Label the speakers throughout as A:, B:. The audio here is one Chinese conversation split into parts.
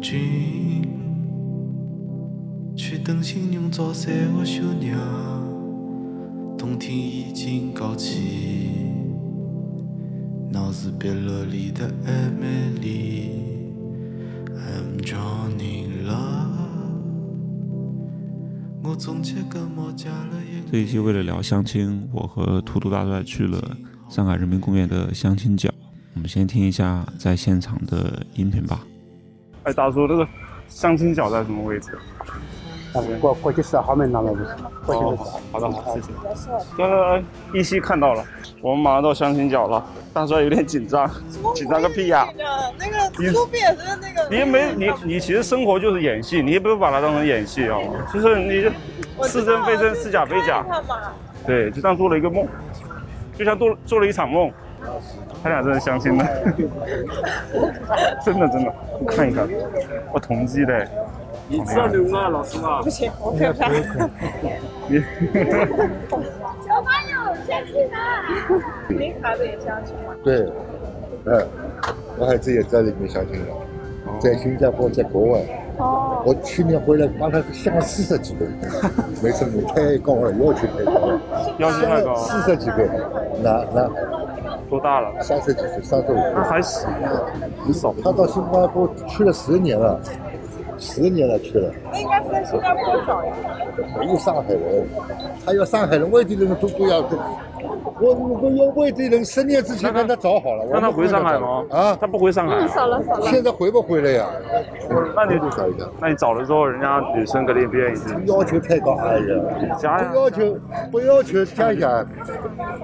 A: 君，去等新娘早散的小娘，冬天已经高起，脑子别落里的暧昧里，I'm drowning love。我总结感冒加了一
B: 这一期为了聊相亲，我和图图大帅去了上海人民公园的相亲角。我们先听一下在现场的音频吧。
C: 哎，大叔，那个相亲角在什么位置？
D: 啊，国国际市场豪门那边不是？国
C: 哦，
D: 际市
C: 好好
D: 场。
C: 的，好，谢谢。呃，依稀看到了，我们马上到相亲角了，大帅有点紧张，紧张个屁呀、
E: 那个图图不也是那个？
C: 你也没你你其实生活就是演戏，你也不是把它当成演戏好吗？就是你似真非真，似假非假，对，就像做了一个梦，就像做做了一场梦。他俩真的相亲了， 真的真的，你看一看，我同济的，
F: 你知道牛啊，老师吗？
E: 不行，我害怕。
C: 你
G: 小朋友，先去哪？
E: 您孩子也相亲吗？
H: 对，嗯，我孩子也在里面相亲了，
C: 哦
H: 在新加坡，在国外。
G: 哦，
H: 我去年回来，把他相了四十 几个，没成功，太高了，要求太高了，
C: 要求太高了
H: 四十几个，男男
C: 多大了？
H: 三十几岁，三十五岁
C: 那。还行，很少。
H: 他到新加坡去了十年了，十年了去了，
E: 那应该是在新加坡找一个。
H: 没有上海人，他要上海人，外地人都都要。我如果要外地人，十年之前
C: 那他
H: 让他找好了，我
C: 让他
H: 们不
C: 回
H: 让
C: 上海
H: 找
C: 吗？
H: 啊，
C: 他不回上海
I: 嗯
C: 啊。
G: 了少
H: 现在回不回来呀？
C: 那你
H: 多找一个。
C: 那你找了之后，人家女生肯定不愿意去。
H: 要求太高，哎呀，
C: 加呀
H: 不要求，不要求加一下，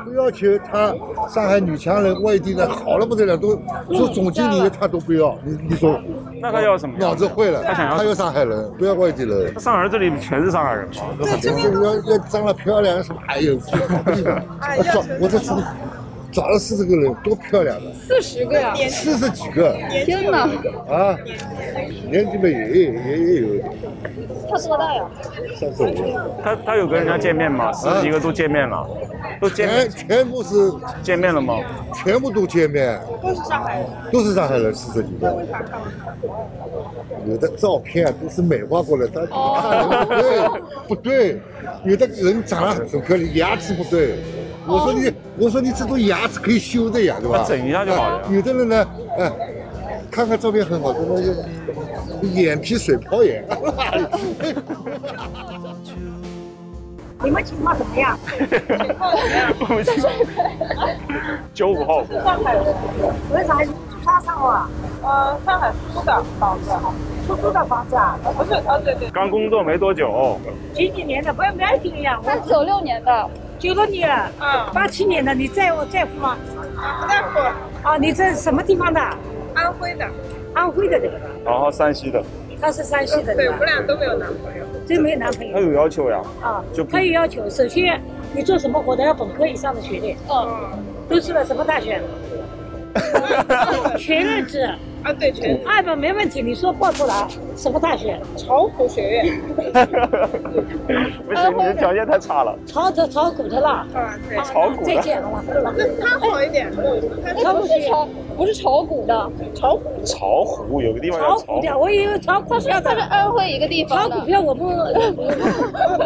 H: 不要求他上海女强人、外地的好了不得了，都做总经理的他都不要，你你说
C: 那他要什么？
H: 脑子坏了？
C: 他想要
H: 他要上海人，不要外地人
C: 那，上海这里全是上海人嘛，都很多。
H: 要要长得漂亮什么？哎呦，
E: 哎
H: 我
E: 要
H: 找
E: 求
H: 我这次找了四十个人，多漂亮的，
G: 四十个呀！
H: 四十几个
G: 天哪，
H: 啊，年纪嘛也也也也有
G: 他多大呀？
H: 三十五了，
C: 他他有跟人家见面吗？十几个都见面了，都见
H: 全
C: 面
H: 全部是
C: 见面了吗？
H: 全部都见面。
E: 都是上海人，
H: 都是上海人四十几个，有的照片都是美化过的，但
G: 哦
H: 不对不对，有的人长得很可怜，牙齿不对。我说你，我说你这种牙齿可以修的呀，对吧？
C: 整一下就好了呀
H: 哎有的人呢，哎，看看照片很好，怎么眼皮水泡眼？
G: 你们情况怎么样？
C: 我们去九五后，
E: 上海人，
G: 我是啥？住啥上啊？
E: 呃，上海租的房子，
G: 出租的房子啊？
E: 不是，啊对对，
C: 刚工作没多久，
I: 几几年的，不要不要紧的呀，
G: 他
I: 我
G: 九六年的，
I: 九六年、
E: 嗯，
I: 八啊七年的，你在我在乎吗？
E: 不在乎，
I: 啊，你在什么地方的？
E: 安徽的，
I: 安徽的对吧？
C: 然后山西的，
I: 他是山西的
E: 对
I: 对
E: 我
I: 吧
E: 们？俩都没有男朋友，
I: 真没有男朋
C: 他
I: 友
C: 有要求呀，
I: 啊
C: 就不？
I: 他有要求，首先你做什么活都要本科以上的学历，
G: 嗯，
I: 都去了什么大学？全日制，
E: 啊对，全
I: 二本没问题。你说报出来什么大学？
E: 巢湖学院，
C: 不
I: 呃
C: 行，你的条件太差了，
I: 炒炒炒股的啦，
E: 啊对，
C: 炒股
I: 再
C: 的，
I: 见了啦。
E: 那他好一点，
G: 他不是炒，不是炒股的，
E: 巢湖
C: 巢湖有个地方
I: 炒
C: 叫
I: 股
C: 巢
I: 的，
C: 湖，
I: 我也有炒股
G: 他是
I: 票
G: 他是
I: 的，
G: 安徽一个呃地
I: 炒
G: 方的
I: 股。票我们呃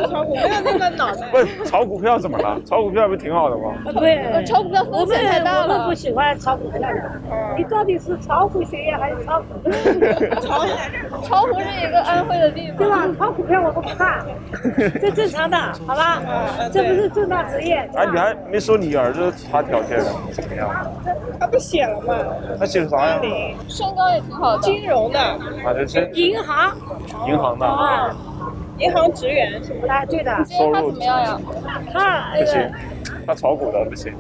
E: 巢湖没有那个脑袋，
C: 不是炒股票怎么了？炒股票不挺好的吗？
I: 啊对，
G: 炒股票风险太大
I: 我们
G: 了
I: 不，喜欢炒股票的。你到底是炒股学院还是炒股？
G: 嗯
E: 巢湖
G: 巢湖是一个安徽的地
I: 对
G: 方。
I: 吧？炒股票我们不 看，这正常的，好吧？
G: 嗯
I: 这不是正当职业。
C: 哎，你还没说你儿子他条件呢，怎么样？
E: 他不写了吗？
C: 他写的啥呀？
G: 身高也挺好的，
E: 金融的，
C: 啊，就是
I: 银行
C: 银行的，
I: 啊，
E: 银行职员是
I: 啊，对的，
G: 今天他怎么样呀？
I: 他
C: 不
I: 那
C: 行
I: 个，
C: 他炒股的不行，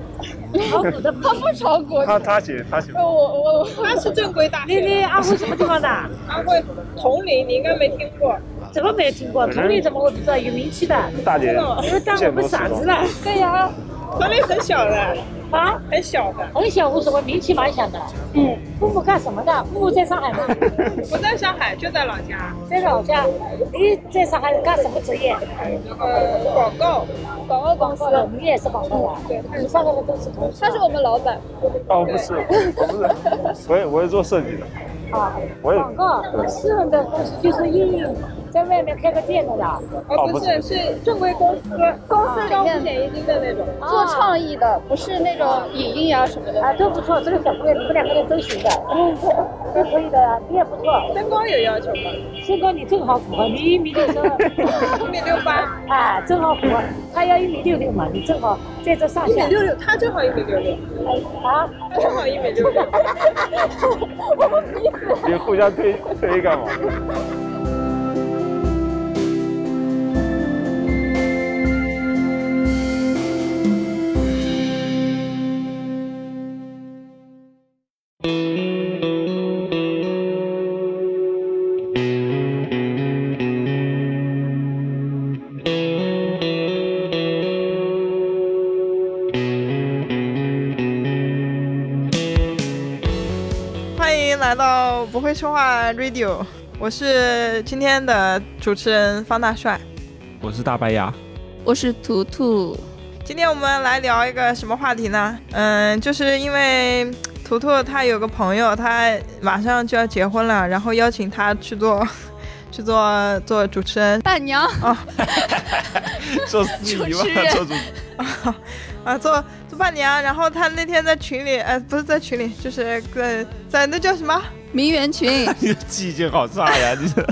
I: 炒股的。
G: 他不炒股，
C: 他他写他写
G: 我我我
E: 他是正规大
I: 你
E: 学，
I: 你安徽什么地方的？
E: 安徽铜陵，你应该没听过。
I: 怎么没听过？同里怎么会不知道？有名气的，
C: 大姐
I: 因为当我
C: 见多
I: 们
C: 识
I: 傻子
C: 广。
I: 了
G: 对呀，
E: 团里很小的，
I: 啊！
E: 很小的，
I: 很小无所谓，名气蛮小的。嗯，父母干什么的？父母在上海吗？
E: 不在上海，就在老家。
I: 在老家。你在上海干什么职业？
J: 哦
E: 呃，广告，
G: 广告公司，
I: 报的，你也是广告的。你上面的都是同事。
G: 他是我们老板。
C: 哦，不是，我不是，我也我是做设计的，
I: 啊，
C: 我也
I: 广告私人的就是应用在外面开个店的啦，
C: 哦
J: 哦，不
C: 不
J: 是，啊
C: 是
J: 是正规公司，
G: 公司里
J: 高
G: 面
J: 风险一金的那种。
G: 做创意的，不是那种影印啊什么的。
I: 啊都不错，这个小姑娘你们两个人都行的，都可以的啊，你也不错，
J: 身高有要求吗？
I: 身高你正好符合，你一米六三。
J: 一米六八，
I: 啊，正好符合，他要一米六六嘛，你正好在这上
J: 一米
I: 下。
J: 六六，他正好一米六六，
I: 啊，
J: 他正好一米六六。
C: 你互相推推干嘛？
E: 欢迎来到不会说话 Radio，我是今天的主持人方大帅。
B: 我是大白牙，
G: 我是图图，
E: 今天我们来聊一个什么话题呢？嗯，就是因为图图他有个朋友，他马上就要结婚了，然后邀请他去做 去做做主持人
G: 伴娘。
B: 做司
G: 仪吧主持人做
B: 主
E: 啊，做做伴娘。然后他那天在群里，呃，不是在群里，就是在在那叫什么？
G: 名媛 群，
B: 你记性好差呀！你这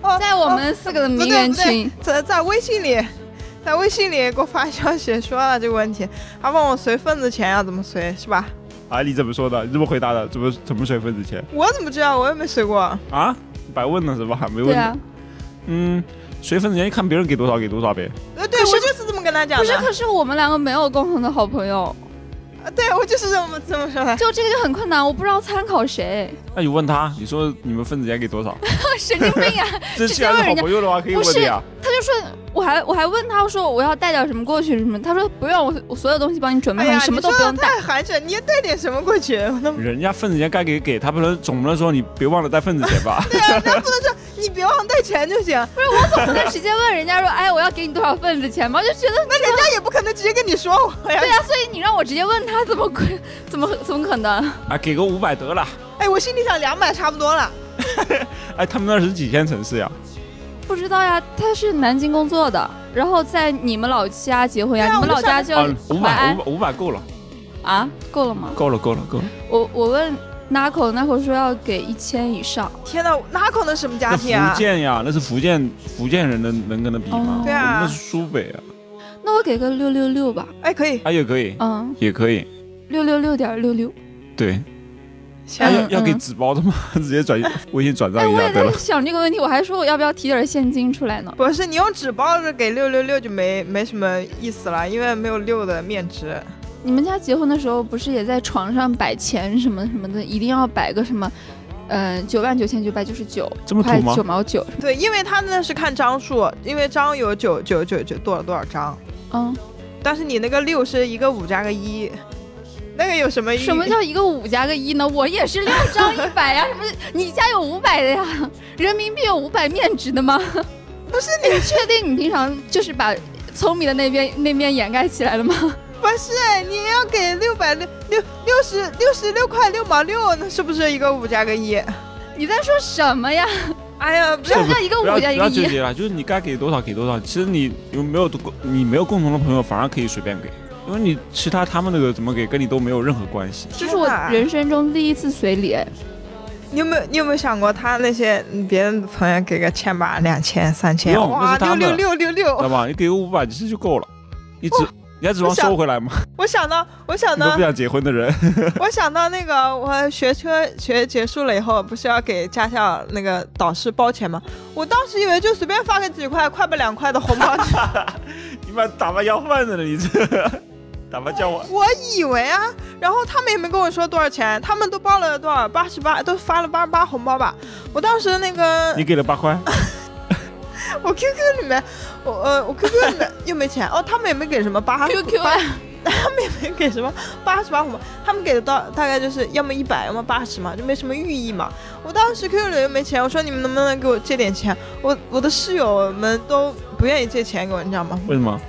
E: 哦，
G: 在我们四个的
E: 不
G: 名
E: 对
G: 媛
E: 不对
G: 群，，
E: 在在微信里，在微信里给我发消息说了这个问题，他问我随份子钱要怎么随，是吧？
B: 啊，你怎么说的？你怎么回答的？怎么怎么水分之前
E: 我怎么知道？我又没随过。
B: 啊？白问了是吧？没
G: 对
B: 问。
G: 啊。
B: 嗯，水分之前看别人给多少给多少呗。
E: 呃，对，我就是这么跟他讲
G: 不是，
E: 的。
G: 可是我们两个没有共同的好朋友，
E: 啊对，我就是这么这么说的。
G: 就这个就很困难，我不知道参考谁。
B: 那你问他，你说你们分子钱给多少？
G: 神经病啊！
B: 这既然是好朋友的话，可以问你啊。
G: 他就说，我还我还问他说我要带点什么过去什么，他说不用，我我所有东西帮你准备
E: 哎
G: 好，
E: 呀，
G: 你什么都
E: 你
G: 不
E: 说
G: 用
E: 的
G: 带。
E: 太寒碜，你也带点什么过去？我那
B: 人家份子钱该给给，他不能总不能说你别忘了带份子钱 吧？
E: 对啊，那不能说你别忘带钱就行，
G: 不是我总不能直接问人家说，哎，我要给你多少份子钱吧？我就觉得
E: 那人家也不可能直接跟你说我呀
G: 对。啊呀、所以你让我直接问他怎么会 怎么怎么可能？
B: 啊，给个五百得了。
E: 哎，我心里想两百差不多了。
B: 哎，他们那是几线城市呀？
G: 不知道呀，他是南京工作的，然后在你们老家结婚呀，
E: 对啊
G: 你们老家
B: 啊
G: 叫，
B: 五
G: 淮
B: 百
G: 安
B: 五百五百够了，
G: 啊？够了吗？
B: 够了，够了，够了。
G: 我我问 Naco，Naco 说要给一千以上，
E: 天哪，哪可能什么家
B: 那
E: 庭啊
B: 福？建呀，那是福建福建人能能跟他比吗？
G: 哦
E: 对
B: 我们
E: 啊
B: 那是，苏北啊，
G: 那我给个六六六吧，
E: 哎，可以，
B: 啊也可以，
G: 嗯，
B: 也可以。
G: 六六六点六六。
B: 对，
E: 行
B: 啊、
G: 嗯
B: 要要给
G: 嗯
B: 纸包的吗？ 直接转微信转
G: 哎，
B: 账一
G: 我
B: 下
G: 也
B: 得
G: 在
B: 了。
G: 想这个问题，我还说我要不要提点现金出来呢？
E: 不是你用纸包着给六六六就没没什么意思了，因为没有六的面值。
G: 你们家结婚的时候不是也在床上摆钱什么什么的，一定要摆个什么，嗯，九万九千九百九十九，
B: 这么土
G: 快
B: 吗
G: 九毛九，
E: 对，因为他那是看张数，因为张有九九九九多少多少张，
G: 嗯，
E: 但是你那个六是一个五加个一，那个有什么意义？
G: 什么叫一个五加个一呢？我也是六张一百呀，什么你家有五百的呀？人民币有五百面值的吗？
E: 不是
G: 你确定你平常就是把聪明的那边那边掩盖起来了吗？
E: 不是，你要给六百六六六十六十六块六毛六，那是不是一个五加个一？
G: 你在说什么呀？
E: 哎呀，不
G: 什
E: 要
G: 么叫一个
B: 不
G: 五
B: 要
G: 加
B: 不
G: 一
B: 要
G: 个
B: 纠
G: 一？
B: 结了，就是你该给多少给多少。其实你有没有共你没有共同的朋友，反而可以随便给，因为你其他他们那个怎么给，跟你都没有任何关系。
G: 这是我人生中第一次随礼，
E: 你有没有你有没有想过他那些嗯别人的朋友给个千八、两千、三千，
B: 不用那
E: 哇，
B: 是他
E: 六
B: 们
E: 六六六
B: 知道
E: 六！
B: 吧？你给个五百其实就够了，你指你还指望
E: 我想
B: 收回来吗？
E: 我想到，我想
B: 你都
E: 到
B: 不，想结婚的 人，
E: 我想到那个我学车学结束了以后，不是要给驾校那个导师包钱吗？我当时以为就随便发个几块，快不两块的红包
B: 你妈打发要饭的呢，你这 打发叫我
E: 我以为啊，然后他们也没跟我说多少钱，他们都包了多少，八十八都发了八十八红包吧。我当时那个
B: 你给了八块，
E: 我 QQ 里面，我呃我 QQ 里面又没钱哦，他们也没给什么八
G: QQ 啊
E: 八他们也没 给什么八十八红包，他们给的到大概就是要么一百，要么八十嘛，就没什么寓意嘛。我当时 QQ 里又没钱，我说你们能不能给我借点钱？我我的室友们都不愿意借钱给我，你知道吗？
B: 为什么？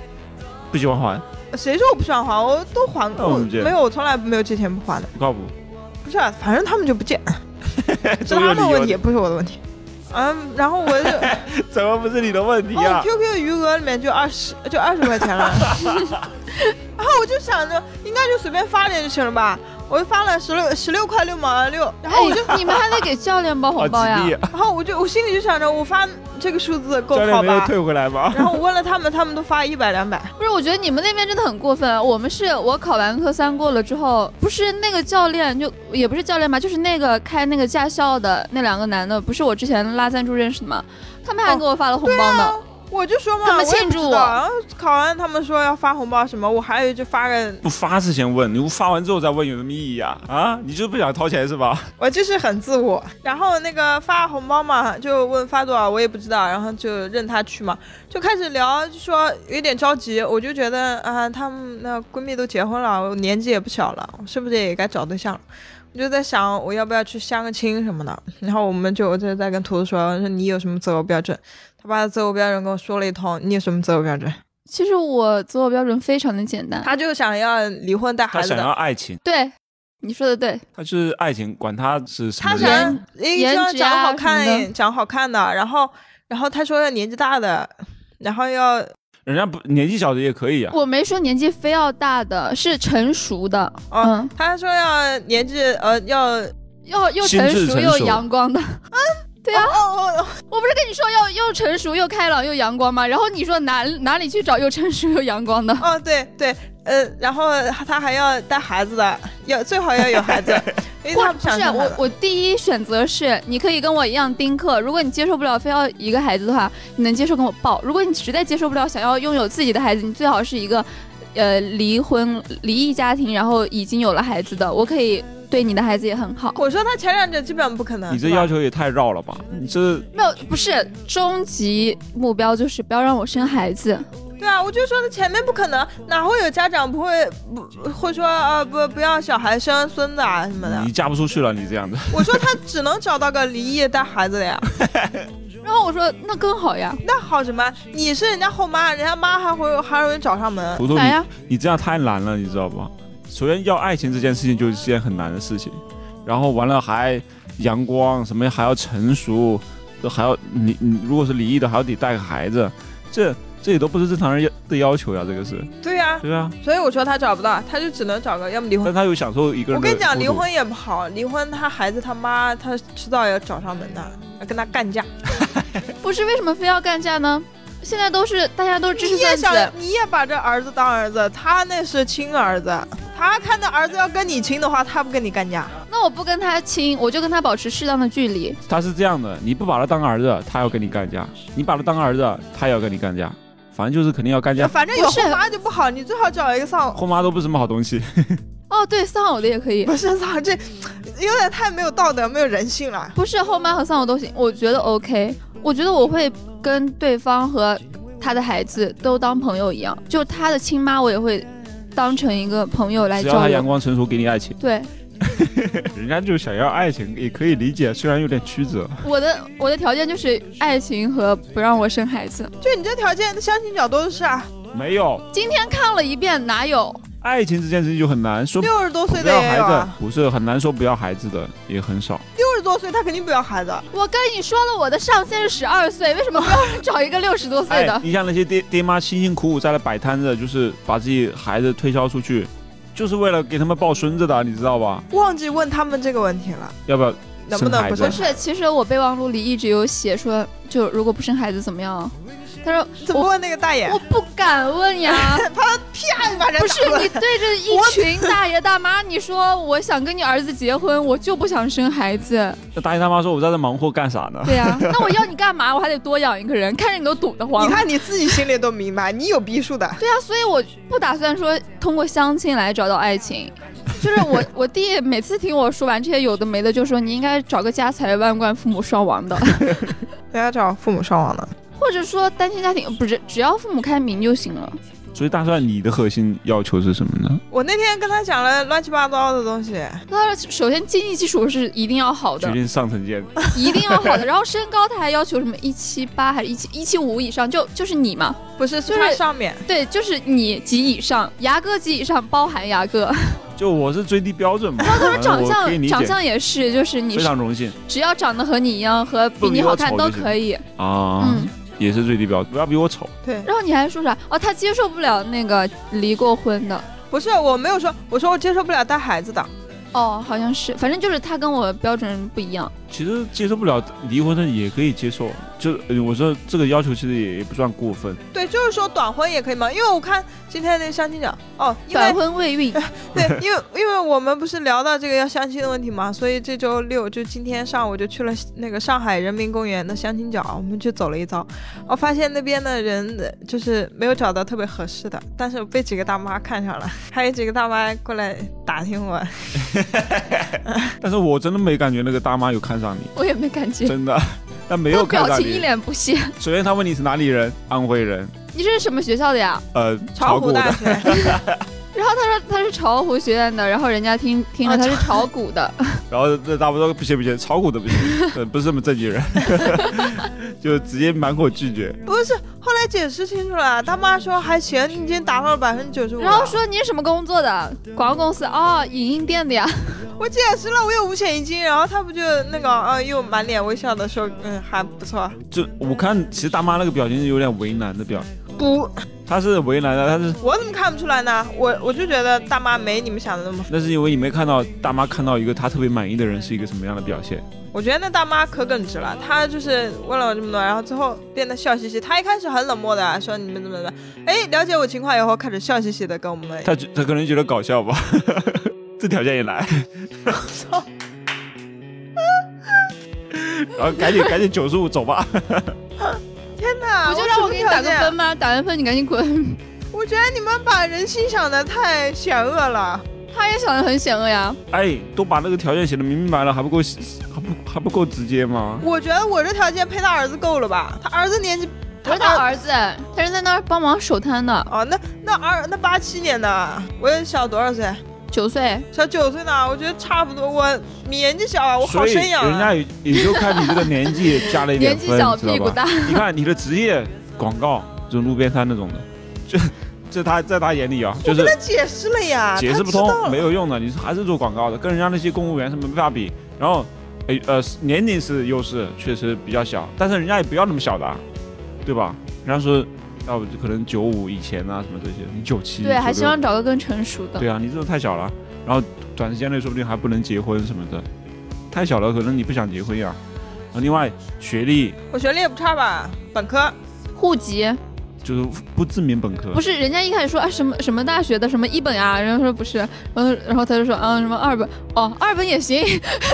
B: 不喜欢还，
E: 谁说我不想还？我都还
B: 那我
E: 过，
B: 们借
E: 没有，我从来没有借钱不还的。
B: 不靠谱。
E: 不是啊、反正他们就不借。是他们问题，不是我的问题。嗯，然后我就
B: 怎么不是你的问题
E: 哦
B: 啊？
E: ，QQ 余额里面就二十，就二十块钱 了。 然后我就想着，应该就随便发点就行了吧。我就发了十六十六块六毛六，然后我就、
G: 哎你们还得给教练包红包呀好吉利啊
E: 然后我就我心里就想着，我发这个数字够
B: 教练
E: 好
B: 没有
E: 吧？
B: 退回来吗？
E: 然后我问了他们，他们都发一百两百。
G: 不是，我觉得你们那边真的很过分啊。我们是我考完科三过了之后，不是那个教练就也不是教练吧，就是那个开那个驾校的那两个男的，不是我之前拉赞助认识的吗？他们还给我发了红包呢。
E: 我就说嘛，
G: 他们
E: 我也
G: 庆
E: 不
G: 祝
E: 知道然后考完他们说要发红包什么，我还以为就发个，
B: 不发之前问，你发完之后再问有什么意义啊？啊，你就是不想掏钱是吧？
E: 我就是很自我。然后那个发红包嘛，就问发多少，我也不知道，然后就任他去嘛，就开始聊，就说有点着急，我就觉得啊，她们那闺蜜都结婚了，我年纪也不小了，我是不是也该找对象了？我就在想，我要不要去相个亲什么的。然后我们就我就在跟图图说，说你有什么择偶标准？他把择偶标准跟我说了一通，你有什么择偶标准？
G: 其实我择偶标准非常的简单，
E: 他就想要离婚带
B: 他
E: 孩子
B: 想要
E: 的，
B: 爱情，
G: 对，你说的对，
B: 他就是爱情，管他是什么
E: 他
B: 人
E: 想，一个
G: 颜
E: 希望
G: 值
E: 哎长
G: 啊
E: 好
G: 什么的
E: 看，长好看的，然后然后他说要年纪大的，然后要
B: 人家不年纪小的也可以啊。
G: 我没说年纪非要大的，是成熟的，
E: 嗯，他说要年纪呃要
G: 又又
B: 心
G: 成
B: 智
G: 熟
B: 成
G: 又
B: 熟
G: 阳光的。 嗯，对啊，
E: 哦
G: 我不是跟你说要又成熟又开朗又阳光吗？然后你说哪哪里去找又成熟又阳光的？
E: 哦，对对，呃，然后他还要带孩子的，要最好要有孩 子，因为
G: 或
E: 他
G: 不
E: 想
G: 是
E: 生孩
G: 我
E: 子，
G: 我第一选择是你可以跟我一样丁克，如果你接受不了非要一个孩子的话，你能接受跟我抱；如果你实在接受不了，想要拥有自己的孩子，你最好是一个，呃，离婚离异家庭，然后已经有了孩子的，我可以对你的孩子也很好。
E: 我说他前两者基本上不可能，
B: 你这
E: 是吧
B: 要求也太绕了吧？你这
G: 没有，不是终极目标就是不要让我生孩子。
E: 对啊，我就说他前面不可能，哪会有家长不会不会说呃不不要小孩生孙子啊什么的
B: 你？嫁不出去了，你这样子。
E: 我说他只能找到个离异带孩子的呀。
G: 然后我说那更好呀，
E: 那好什么？你是人家后妈，人家妈还会还容易找上门。
B: 图图，你你这样太难了，你知道吧？首先要爱情这件事情就是一件很难的事情，然后完了还阳光什么还要成熟，都还要你你如果是离异的还要得带个孩子，这这也都不是正常人要的要求呀，这个是。
E: 对呀、
B: 对啊，
E: 所以我说他找不到，他就只能找个要么离
B: 但
E: 婚。
B: 他又享受一个人
E: 我
B: 的
E: 跟你讲，
B: 孤
E: 离
B: 独
E: 婚也不好，离婚他孩子他妈他迟早要找上门的，要跟他干架。
G: 不是为什么非要干架呢？现在都是大家都是知识
E: 你也
G: 分子
E: 想，，你也把这儿子当儿子，他那是亲儿子，他看到儿子要跟你亲的话，他不跟你干架。
G: 那我不跟他亲，我就跟他保持适当的距离。
B: 他是这样的，你不把他当儿子，他要跟你干架；你把他当儿子，他也要跟你干架。反正就是肯定要干架。
E: 反正有后妈就不好，你最好找一个丧
B: 后妈都不是什么好东西。
G: 哦，对，丧偶的也可以。
E: 不是丧，这有点太没有道德、没有人性了。
G: 不是后妈和丧偶都行，我觉得 OK。我觉得我会跟对方和他的孩子都当朋友一样，就他的亲妈我也会当成一个朋友来
B: 只要
G: 交
B: 他阳
G: 流。
B: 光成熟，给你爱情。
G: 对，
B: 人家就想要爱情，也可以理解，虽然有点曲折。
G: 我的我的条件就是爱情和不让我生孩子。
E: 就你这条件，相亲角都是啊，
B: 没有
G: 今天看了一遍，哪有？
B: 爱情这件事情就很难说。
E: 六十多岁
B: 不
E: 的
B: 要
E: 也
B: 孩
E: 有
B: 子
E: 啊，
B: 不是很难说不要孩子的也很少。
E: 六十多岁他肯定不要孩子。
G: 我跟你说了，我的上限是十二岁，为什么不要找一个六十多岁的？
B: 哎，你像那些爹爹妈辛辛苦苦在那摆摊子，就是把自己孩子推销出去，就是为了给他们抱孙子的，你知道吧？
E: 忘记问他们这个问题了。
B: 要不要
E: 能不
B: 生
E: 能
B: 孩
E: 不
B: 子？
G: 不是，其实我备忘录里一直有写说，就如果不生孩子怎么样？他说
E: 怎么问那个大爷？
G: 我不敢问呀。
E: 他啪就把人
G: 不是
E: 打了
G: 你 对着一群大爷大妈，你说我想跟你儿子结婚，我就不想生 孩子，
B: 那大爷大妈说：“我在这忙活干啥呢？”
G: 对呀、那我要你干嘛？我还得多养一个人，看着你都堵得慌。
E: 你看你自己心里都明白，你有逼数的。
G: 对啊，所以我不打算说通过相亲来找到爱情。就是我， 我弟每次听我说完这些有的没的，就说你应该找个家财万贯、父母双亡 的，
E: 人家找父母上网的，
G: 或者说单亲家庭，不是只要父母开明就行了。
B: 所以大帅，你的核心要求是什么呢？
E: 我那天跟他讲了乱七八糟的东西，
G: 他说，首先经济基础是一定要好的
B: 决，定上层建筑。
G: 一定要 好的。然后身高他还要求什么一七八还是一七一七五以上，就就是你嘛，
E: 不是
G: 就
E: 他
G: 是
E: 上面
G: 对，就是你及以上，牙哥及以上包含牙哥。
B: 就我是最低标准嘛。
G: 然后他说
B: 反正
G: 长
B: 呃我可以理
G: 相
B: 解
G: 长相也是，就是你
B: 非常荣幸
G: 只要长得和你一样和比你好看
B: 不比我丑
G: 都
B: 就行
G: 可以。
B: 啊，
G: 嗯
B: 也是最低标准，不要比我丑。
E: 对，
G: 然后你还说啥？哦，他接受不了那个离过婚的。
E: 不是，我没有说，我说我接受不了带孩子的。
G: 哦，好像是，反正就是他跟我标准不一样。
B: 其实接受不了离婚的也可以接受，就呃我说这个要求其实也也不算过分。
E: 对，就是说短婚也可以嘛，因为我看今天那相亲角哦，因为
G: 短婚未孕，
E: 对，因为因为我们不是聊到这个要相亲的问题嘛，所以这周六就今天上午就去了那个上海人民公园的相亲角，我们去走了一遭，我发现那边的人呃就是没有找到特别合适的，但是我被几个大妈看上了，还有几个大妈过来打听我，
B: 但是我真的没感觉那个大妈有看 上你，
G: 我也没感觉。
B: 真的， 但没
G: 没
B: 有看
G: 表
B: 上
G: 情一
B: 你。
G: 脸不屑。
B: 首先他问你是哪里人，安徽人，
G: 你这是什么学校的呀？
B: 呃，
E: 巢湖
B: 古
E: 大
B: 的。
E: 学。
G: 然后他说他是巢湖学院的，然后人家听听
E: 啊
G: 了他是巢谷 的，
B: 然后这大不说不行不行，炒股的不行， 呃，不是什么正经人， 就直接满口拒绝。
E: 不是，后来解释清楚了，他妈说还行，你已经达到了百分之九十五。
G: 然后说你是什么工作的？广告公司哦，影印店的呀。
E: 我解释了，我有五险一金，然后他不就那个啊、又满脸微笑的说，嗯，还不错，
B: 就我看，其实大妈那个表情是有点为难的表，
E: 不，
B: 她是为难的，她是
E: 我怎么看不出来呢？我我就觉得大妈没你们想的那么，
B: 那是因为你没看到大妈看到一个她特别满意的人是一个什么样的表现。
E: 我觉得那大妈可耿直了，她就是问了我这么多，然后最后变得笑嘻嘻。她一开始很冷漠的啊说你们怎么怎么，哎，了解我情况以后开始笑嘻嘻的跟我们，
B: 他他可能觉得搞笑吧， 这条件也 来，然后赶紧赶紧九十五走吧。
E: 天哪，
G: 不就啊让我给你打个分
E: 吗？
G: 吗？打完分你赶紧滚。
E: 我觉得你们把人心想的太险恶了。
G: 他也想的很险恶呀，
B: 哎，都把那个条件写的明明白了，还不够还不还不够直接吗？
E: 我觉得我这条件配他儿子够了吧？他儿子年纪，
G: 不是他儿子，他是在那儿帮忙守摊的，
E: 哦，那那二那八七年的，我也小多少岁？
G: 九岁。
E: 小九岁呢？我觉得差不多。我年纪小啊，我好
B: 所以
E: 生养
B: 人
E: 啊
B: 家。也也就看你这个年纪加了一点
G: 年纪
B: 分，
G: 小
B: 知道
G: 屁股
B: 吧？
G: 大
B: 你看你的职业广告，就路边摊那种的，这这他在他眼里啊，就
E: 我
B: 是
E: 跟他解释了
G: 啊
E: 呀，
B: 解释不
E: 他知道
B: 通，
E: 了
B: 没有用的，你还是做广告的，跟人家那些公务员什么没法比。然后，哎呃，年龄是优势，确实比较小，但是人家也不要那么小的啊，对吧？人家说，要不就可能九五以前啊，什么这些，你嗯九七
G: 对，还希望找个更成熟的。
B: 对啊，你这种太小了，然后短时间内说不定还不能结婚什么的，太小了，可能你不想结婚呀、然后另外学历
E: 我学历也不差吧，本科。
G: 户籍
B: 就是不知名本科，
G: 不是人家一开始说啊什么什么大学的什么一本啊，然后说不是，然后然后他就说啊什么二本哦二本也行，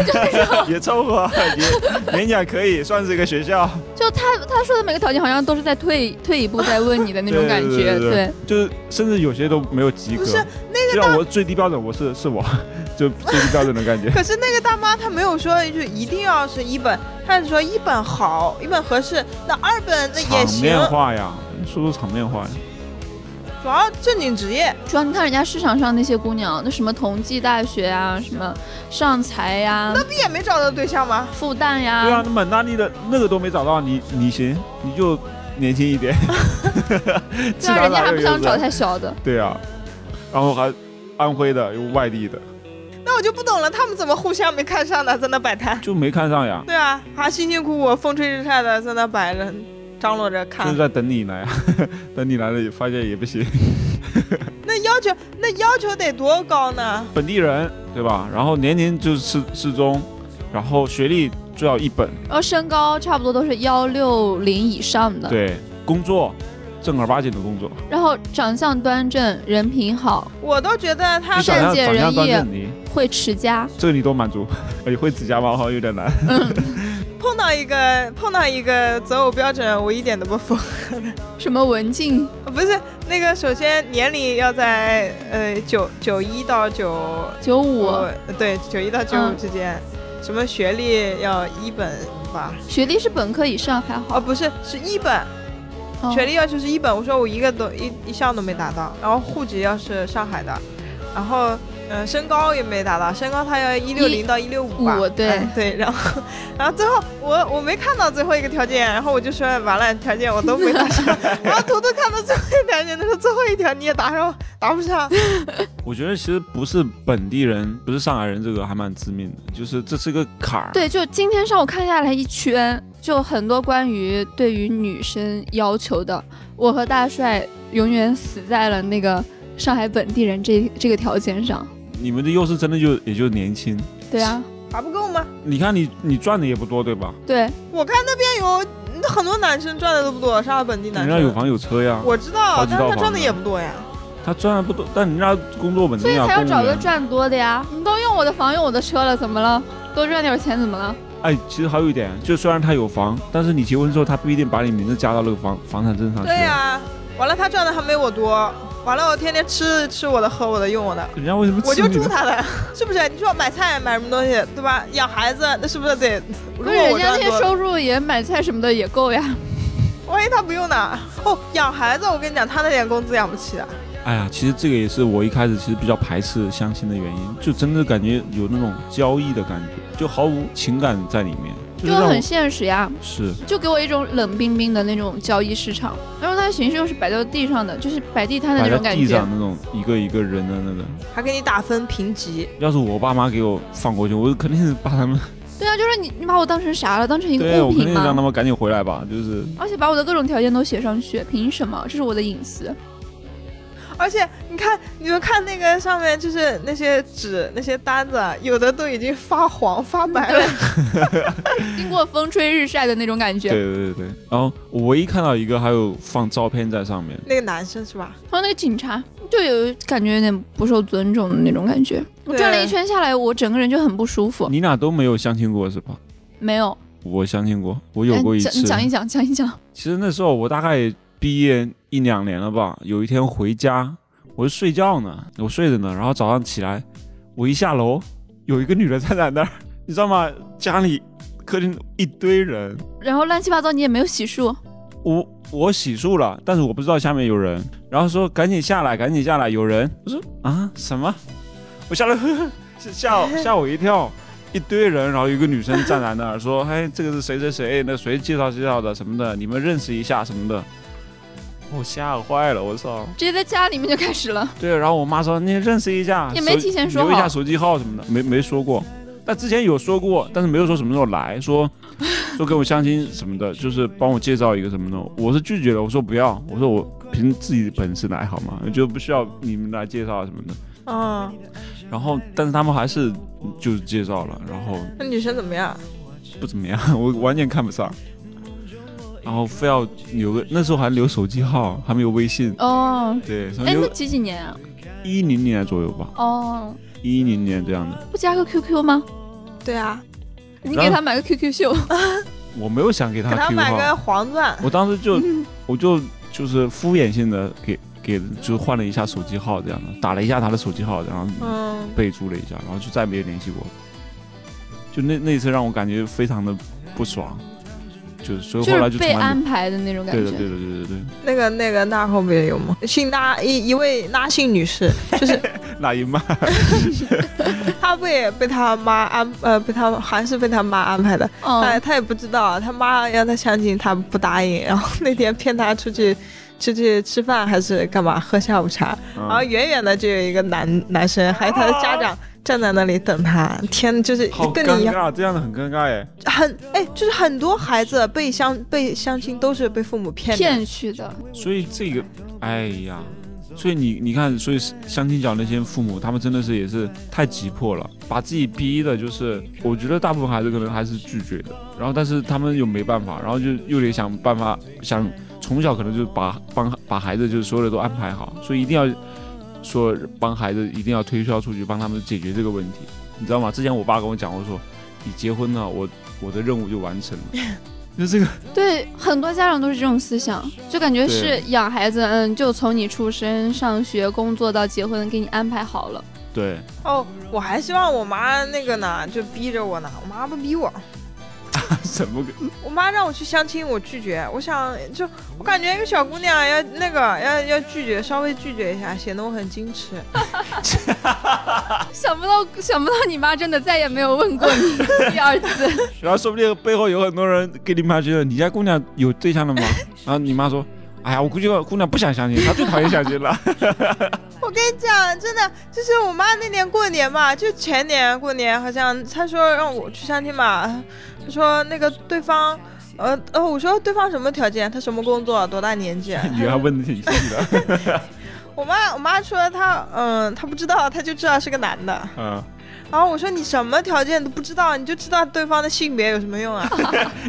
B: 也凑合，也勉强可以，算是一个学校。
G: 就他他说的每个条件好像都是在退退一步再问你的那种感
B: 对
G: 觉，
B: 对
G: 对，
B: 就是甚至有些都没有及格。
E: 不是那
B: 就
E: 个
B: 像
E: 大，
B: 我最低标准，我是是我， 就最低标准的感觉。
E: 可是那个大妈她没有说就一定要是一本，她只说一本好，一本合适，那二本 那也
B: 场
E: 行。
B: 面化呀，说说场面话呀。
E: 主要正经职业，
G: 主要你看人家市场上那些姑娘，那什么同济大学啊，什么上财呀、
E: 那不也没找到对象吗？
G: 复旦呀、
B: 对啊，那满大力的那个都没找到，你你行，你就年轻一点。其
G: 对
B: 他
G: 啊，人
B: 哪
G: 家还
B: 有
G: 不想
B: 用
G: 找
B: 的
G: 太小的。
B: 对啊，然后还安徽的，有外地的，
E: 那我就不懂了，他们怎么互相没看上呢？在那摆摊。
B: 就没看上呀，
E: 对啊，还辛辛苦苦风吹日晒的在那摆着，张罗着
B: 就是
E: 看。
B: 在等你来啊， 等你来了也发现也不行，
E: 那要求那要求得多高呢？
B: 本地人对吧？然后年龄就是适适中，然后学历最好一本，
G: 然后身高差不多都是幺六零以上的，
B: 对，工作正儿八经的工作，
G: 然后长相端正，人品好，
E: 我都觉得他
B: 你
E: 是
B: 想象
G: 善解
B: 长相
G: 人
B: 端
G: 意
B: 正你，
G: 会持家。
B: 这个你都满足， 哎，会指甲吗？好像有点难。
E: 碰到一个碰到一个择偶标准，我一点都不符合。
G: 什么文静，
E: 呃不是那个，首先年龄要在呃九九一到九
G: 九五、
E: 呃对九一到九五
G: 嗯
E: 之间，什么学历要一本吧？
G: 学历是本科以上还好，
E: 哦，不是，是一本，
G: 哦
E: 学历要求是一本。我说我一个都一一项都没达到，然后户籍要是上海的，然后呃，身高也没达到，身高他要一六零到一六五吧
G: 五。对
E: 嗯对，然后，然后最后我我没看到最后一个条件，然后我就说完了，条件我都没打上。然后图图看到最后一条件，他说最后一条你也答上，答不上。
B: 我觉得其实不是本地人，不是上海人，这个还蛮致命的，就是这是个坎儿。
G: 对，就今天上午看下来一圈，就很多关于对于女生要求的，我和大帅永远死在了那个上海本地人这这个条件上。
B: 你们的优势真的就也就年轻。
G: 对啊，
E: 还不够吗？
B: 你看你你赚的也不多，对吧？
G: 对，
E: 我看那边有很多男生赚的都不多，上海本地男
B: 人家有
E: 生。
B: 房有车呀，
E: 我知
B: 好
E: 道，
B: 几
E: 但
B: 套
E: 是他
B: 房
E: 赚的
B: 呢
E: 也不多呀。
B: 他赚的不多，但人家工作稳
G: 所
B: 定
G: 以
B: 啊，
G: 才要
B: 公务
G: 找个
B: 员。
G: 赚多的呀。你都用我的房，用我的车了，怎么了？多赚点钱怎么了？
B: 哎，其实还有一点，就虽然他有房，但是你结婚之后，他不一定把你名字加到那个房房产证上去。
E: 对呀、完了他赚的还没我多，完了我天天吃吃我的，喝我的，用我的，
B: 人家为什么
E: 我
B: 吃
E: 就
B: 你
E: 住
B: 的？
E: 他的， 是不是？你说买菜买什么东西，对吧？养孩子，那是不是得？如
G: 不
E: 果
G: 是人
E: 我
G: 家那
E: 赚
G: 些
E: 多
G: 收，入也买菜什么的也够呀。
E: 万一他不用呢？ 哦，养孩子，我跟你讲，他那点工资养不起啊的。
B: 哎呀，其实这个也是我一开始其实比较排斥相亲的原因，就真的感觉有那种交易的感觉，就毫无情感在里面，就是
G: 就
B: 让我
G: 很现实呀，
B: 是
G: 就给我一种冷冰冰的那种交易市场，然后它的形式又是摆到地上的，就是摆地摊的
B: 摆
G: 那种
B: 在
G: 感
B: 地
G: 觉
B: 上。那种一个一个人的那个。
E: 还给你打分评级，
B: 要是我爸妈给我放过去，我肯定是把他们，
G: 对啊，就是你你把我当成啥了？当成一
B: 对啊我
G: 个物
B: 肯定
G: 品
B: 是让他
G: 吗？
B: 们赶紧回来吧，就是
G: 而且把我的各种条件都写上去，凭什么？这是我的隐私。
E: 而且你看，你们看那个上面就是那些纸、那些单子啊，有的都已经发黄发白了。
G: 经过风吹日晒的那种感觉。
B: 对对对对。然后我唯一看到一个还有放照片在上面，
E: 那个男生是吧？
G: 还有那个警察，就有感觉有点不受尊重的那种感觉。我
E: 对
G: 转了一圈下来，我整个人就很不舒服。
B: 你俩都没有相亲过是吧？
G: 没有，
B: 我相亲过，我有过
G: 哎
B: 一
G: 讲你
B: 次。
G: 讲一讲，讲一讲。
B: 其实那时候我大概毕业一两年了吧，有一天回家，我就睡觉呢，我睡着呢，然后早上起来，我一下楼，有一个女的站在那儿，你知道吗？家里客厅一堆人，
G: 然后乱七八糟，你也没有洗漱，
B: 我我洗漱了，但是我不知道下面有人，然后说赶紧下来，赶紧下来，有人。我说啊什么？我下来 呵呵吓吓我吓我一跳，一堆人，然后有一个女生站在那儿说， 嘿，这个是谁谁谁，那谁介绍介绍的什么的，你们认识一下什么的。我吓坏了，我操！
G: 直接在家里面就开始了。
B: 对，然后我妈说你认识一下，
G: 也没
B: 手
G: 提前说
B: 留一下
G: 好
B: 手机号什么的，没没说过。但之前有说过，但是没有说什么时候来，说 说跟我相亲什么的，就是帮我介绍一个什么的。我是拒绝了，我说不要，我说我凭自己的本事来好吗？就不需要你们来介绍什么的。
E: 嗯，
B: 然后，但是他们还是就是介绍了，然后
E: 那女生怎么样？
B: 不怎么样， 我完全看不上。然后非要留个，那时候还留手机号，还没有微信。
G: 哦，
B: 对，所以
G: 哎，那
B: 留
G: 几几年啊？
B: 一零年左右吧，
G: 哦，
B: 一零年这样的。
G: 不加个 QQ 吗？
E: 对啊，
G: 你给他买个 QQ 秀，
B: 我没有想给他
E: 给他
B: Q
E: 买个
B: 号，
E: 黄钻。
B: 我当时就我就就是敷衍性的给给就换了一下手机号，这样的打了一下他的手机号，然后
E: 嗯，
B: 备注了一下，然后就再没有联系过了。就那那一次让我感觉非常的不爽，就是所以后
G: 就
B: 来
G: 是
B: 从
G: 被
B: 来
G: 安
B: 没
G: 排的那种感
B: 对
G: 觉。
B: 的对的对的对的，
E: 那个那个那后面有吗？姓那一一位那姓女士， 就是
B: 那一骂
E: 她不也被她妈安呃被她还是被她妈安排的，
G: 嗯
E: 哎，她也不知道，她妈让她相亲，她不答应，然后那天骗她出去出去吃饭还是干嘛喝下午茶，
B: 嗯啊
E: 然后远远的就有一个男男生，还有他的家长站在那里等她，天，就是
B: 好
E: 跟你
B: 尴
E: 一样。
B: 尬，这样的很尴尬哎。
E: 很哎，就是很多孩子被相被相亲都是被父母骗的。
G: 骗去的，
B: 所以这个，哎呀，所以你你看，所以相亲角那些父母，他们真的是也是太急迫了，把自己逼的，就是我觉得大部分孩子可能还是拒绝的，然后但是他们又没办法，然后就又得想办法，想从小可能就把帮把孩子就是所有的都安排好，所以一定要说帮孩子一定要推销出去，帮他们解决这个问题，你知道吗？之前我爸跟我讲过说，你结婚了，我我的任务就完成了，就这个
G: 对，很多家长都是这种思想，就感觉是
B: 对
G: 养孩子，嗯，就从你出生、上学、工作到结婚，给你安排好了。
B: 对。
E: 哦，我还希望我妈那个呢，就逼着我呢，我妈不逼我，
B: 怎么个？
E: 我妈让我去相亲，我拒绝。我想，就我感觉一个小姑娘要那个要要拒绝，稍微拒绝一下，显得我很矜持。
G: 想不到，想不到你妈真的再也没有问过 你第二次。
B: 然后说不定背后有很多人跟你妈觉得你家姑娘有对象了吗？然后你妈说：“哎呀，我估计我姑娘不想相亲，她最讨厌相亲了。
E: 我跟你讲，真的，就是我妈那年过年嘛，就前年过年，好像她说让我去相亲嘛，她说那个对方，呃呃，我说对方什么条件？她什么工作？多大年纪？”
B: 女孩问的挺细 的，
E: 我妈我妈说她，嗯，她不知道，她就知道是个男的。
B: 嗯，
E: 然后我说你什么条件都不知道，你就知道对方的性别有什么 用啊？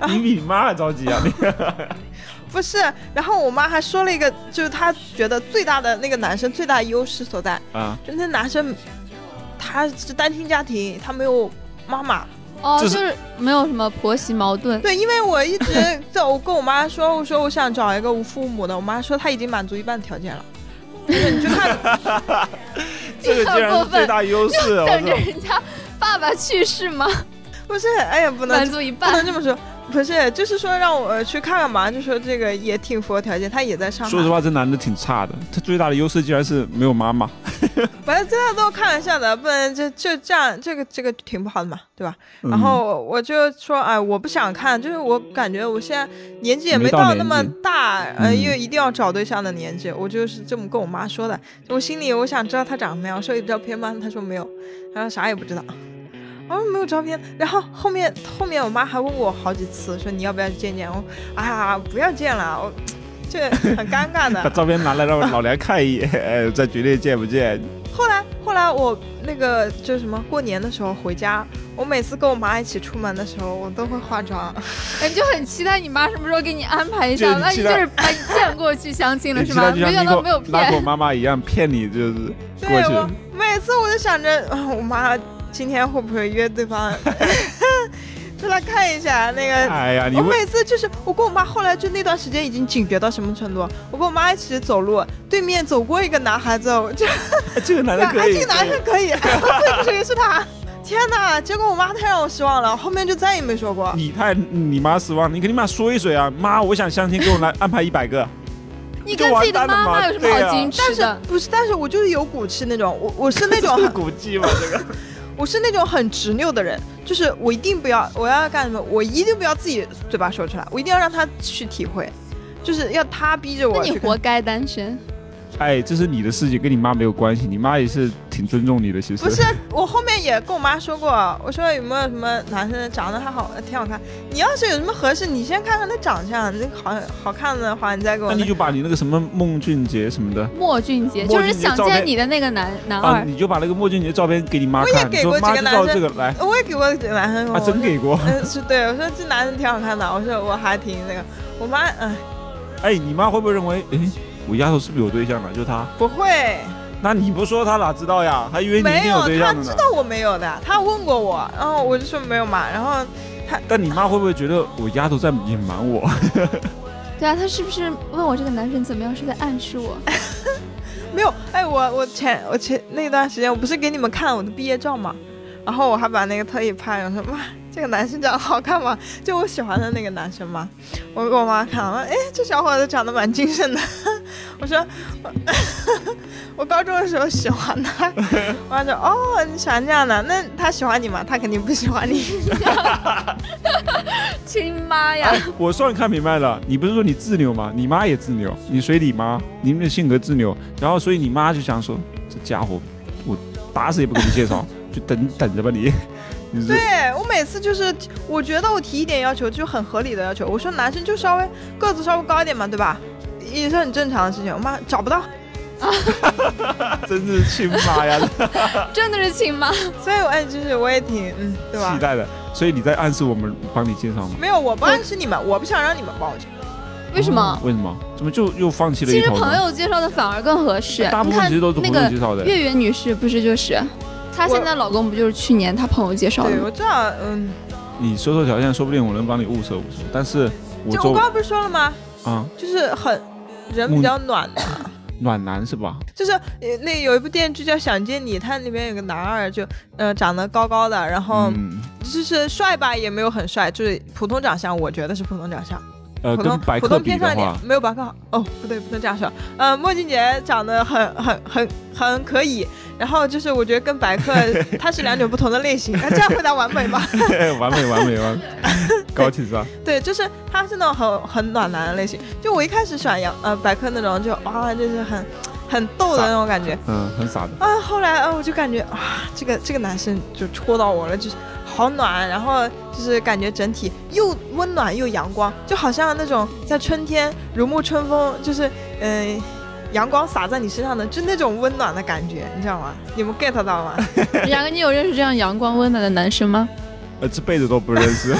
B: 你比你妈还着急啊！你
E: 不是，然后我妈还说了一个，就是她觉得最大的那个男生最大的优势所在，
B: 啊，
E: 就那男生他是单亲家庭，他没有妈妈。
G: 哦，就是没有什么婆媳矛盾。
E: 对，因为我一直在我跟我妈说，我说我想找一个无父母的，我妈说她已经满足一半条件了。就是你就看，
B: 这个竟然是最大优势，啊我
G: 等着
B: 操！
G: 人家爸爸去世 吗？
E: 不是，哎呀，不能
G: 满足一半
E: 不能这么说。不是，就是说让我去看看嘛，就说这个也挺符合条件，他也在上海。
B: 说实话，这男的挺差的，他最大的优势竟然是没有妈妈。
E: 反正真的都是开玩笑的，不能就就这样，这个这个挺不好的嘛，对吧？
B: 嗯
E: 然后我就说，哎，我不想看，就是我感觉我现在年纪也
B: 没到
E: 到
B: 年
E: 那么
B: 纪
E: 大，呃，
B: 嗯
E: 又一定要找对象的年纪，我就是这么跟我妈说的。我心里我想知道她长什么样，我说有照片吗？她说没有，她说啥也不知道。我说没有照片，然后后面 后面我妈还问我好几次，说你要不要见见我？哎呀，不要见了，我这很尴尬的
B: 把。照片拿来让老梁看一眼，哎再决定见不见。
E: 后来后来我那个就是什么过年的时候回家，我每次跟我妈一起出门的时候，我都会化妆。
G: 你就很期待你妈什么时候给你安排一
B: 就
G: 下，
B: 你
G: 万一
B: 期
G: 就
B: 待
G: 是把你骗过去相亲了
B: 你
G: 是
B: 期
G: 吗？
B: 待就像
G: 没
B: 你
G: 想
B: 跟
G: 到
B: 我
G: 没有
B: 拉跟我
G: 骗，
B: 妈妈一样骗你，就是过
E: 对我
B: 去。
E: 每次我就想着，啊我妈今天会不会约 对方 出来看一下那个。
B: 哎呀，你
E: 我
B: 问
E: 每次就是我跟我妈，后来就那段时间已经警觉到什么程度？我跟我妈一起走路，对面走过一个男孩子，我就
B: 哎这个男的
E: 哎，
B: 可以，
E: 这个男生可以，哎对不是是他。天哪！结果我妈太让我失望了，后面就再也没说 过。
B: 你太你妈失望，你跟你妈说一嘴啊，妈，我想相亲，给我来安排一百个。
G: 你
B: 就
G: 跟自
B: 完
G: 己的
B: 蛋了
G: 妈
B: 嘛
G: 妈有什么
B: 对
G: 好
B: 啊
G: 矜
E: 但
G: 持
E: 是
G: 的？
E: 不是？但是我就是有骨气那种，我我是那种
B: 这是
E: 很
B: 骨气嘛，这个
E: 我是那种 很执拗的人，就是我一定不要，我要干什么，我一定不要自己嘴巴说出来，我一定要让他去体会，就是要他逼着
G: 那
E: 我
G: 你
E: 去
G: 活
E: 跟。
G: 该单身。
B: 哎，这是你的事情，跟你妈没有关系，你妈也是挺尊重你的，其实
E: 不是，我后面也跟我妈说过，我说有没有什么男生长得还好，呃挺好看，你要是有什么合适，你先看看他长相，那好好看的
G: 啊
E: 话，你再给我
B: 那
E: 那个。
B: 你就把你那个什么孟俊杰什么的
G: 莫俊杰
B: 莫俊杰
G: 就是想
B: 照
G: 见
B: 片
G: 你的那个男男
B: 啊，
G: 二，
B: 你就把那个莫俊杰照片给你妈
E: 我也
B: 看，你
E: 给
B: 说
E: 过几
B: 妈
E: 个
B: 就
E: 男
B: 照
E: 生
B: 这个来，
E: 我也给我几个男生说，
B: 啊，真给过。
E: 嗯，是对，我说这男的挺好看的，我说我还挺那个，我妈嗯
B: 哎，你妈会不会认为，哎，我丫头是不是有对象了？啊就她，
E: 不会，
B: 那你不说她哪知道呀？还以为哎你一
E: 没
B: 定对
E: 她
B: 象的
E: 知
B: 呢。
E: 道我没有的，她问过我，然后我就说没有嘛，然后
B: 但你妈会不会觉得我丫头在隐瞒我？
G: 对啊，他是不是问我这个男生怎么样，是在暗示我？
B: 啊
E: 没有，哎，我我前我前那段时间我不是给你们看我的毕业照嘛，然后我还把那个特意拍，我说妈，这个男生长得好看吗？就我喜欢的那个男生嘛，我给我妈看，我说哎，这小伙子长得蛮精神的， 我说 我我高中的时候喜欢 他，我妈说哦，你喜欢这样的，那他喜欢你吗？他肯定不喜欢你。
G: 亲妈呀！
B: 哎，我算看明白了，你不是说你自牛吗？你妈也自牛，你随你妈，你们的性格自牛，然后所以你妈就想说，这家伙，我打死也不给你介绍，就等等着吧你。 你这
E: 对我每次就是，我觉得我提一点要求就很合理的要求，我说男生就稍微个子稍微高一点嘛，对吧？也是很正常的事情。我妈找不到，
B: 真是亲妈 呀，啊
G: 真的是亲妈，
E: 所以我哎，就是我也挺嗯，对吧
B: 期？待的。所以你在暗示我们帮你介绍吗？
E: 没有，我不暗示你们，我不想让你们帮我介绍。
G: 为什
B: 哦
G: 么？
B: 为什么？怎么就又放弃了
G: 其
B: 一
G: 实
B: 头呢？
G: 朋友介绍的反而更合适。
B: 哎大部
G: 你
B: 分
G: 看
B: 其实都是
G: 那
B: 朋友
G: 个
B: 介绍的。
G: 月圆女士不是就是，她现在老公不就是去年她朋友介绍的
E: 对，
G: 吗？
E: 我知道，嗯，
B: 你说说条件，说不定我能帮你物色物色。但是我
E: 就
B: 周
E: 我刚刚不是说了吗？
B: 啊、
E: 就是很人
B: 嗯
E: 比较暖的，
B: 暖男是吧？
E: 就是呃
G: 哦
E: 那有一部电视剧叫《想见你》，它里面有个男二就，呃，长得高高的，然后
B: 嗯，
E: 就是帅吧，也没有很帅，就是普通长相，我觉得是普通长相。
B: 呃，
E: 普
B: 跟
E: 通
B: 白
E: 普
B: 客
E: 通
B: 比
E: 偏上
B: 的
E: 一点
B: 话，，
E: 没有白客好。哦，不对，不能这样说。呃，莫俊杰长得很很很很可以，然后就是我觉得跟白 客他是两种不同的类型。那这样回答完美吗？
B: 完美完美完 美，高情商。
E: 对，就是他是那种很很暖男的类型。就我一开始喜欢杨呃白客那种，就哇，就是很很逗的那种感觉。
B: 嗯，很傻的。
E: 啊，后来啊，我就感觉啊，这个这个男生就戳到我了，就是好暖，然后就是感觉整体又温暖又阳光，就好像那种在春天如沐春风，就是嗯、阳光洒在你身上的，就那种温暖的感觉，你知道吗？你们 get 到啊吗？
G: 雅哥，你有认识这样阳光温暖的男生吗？
B: 呃，这辈子都不认识。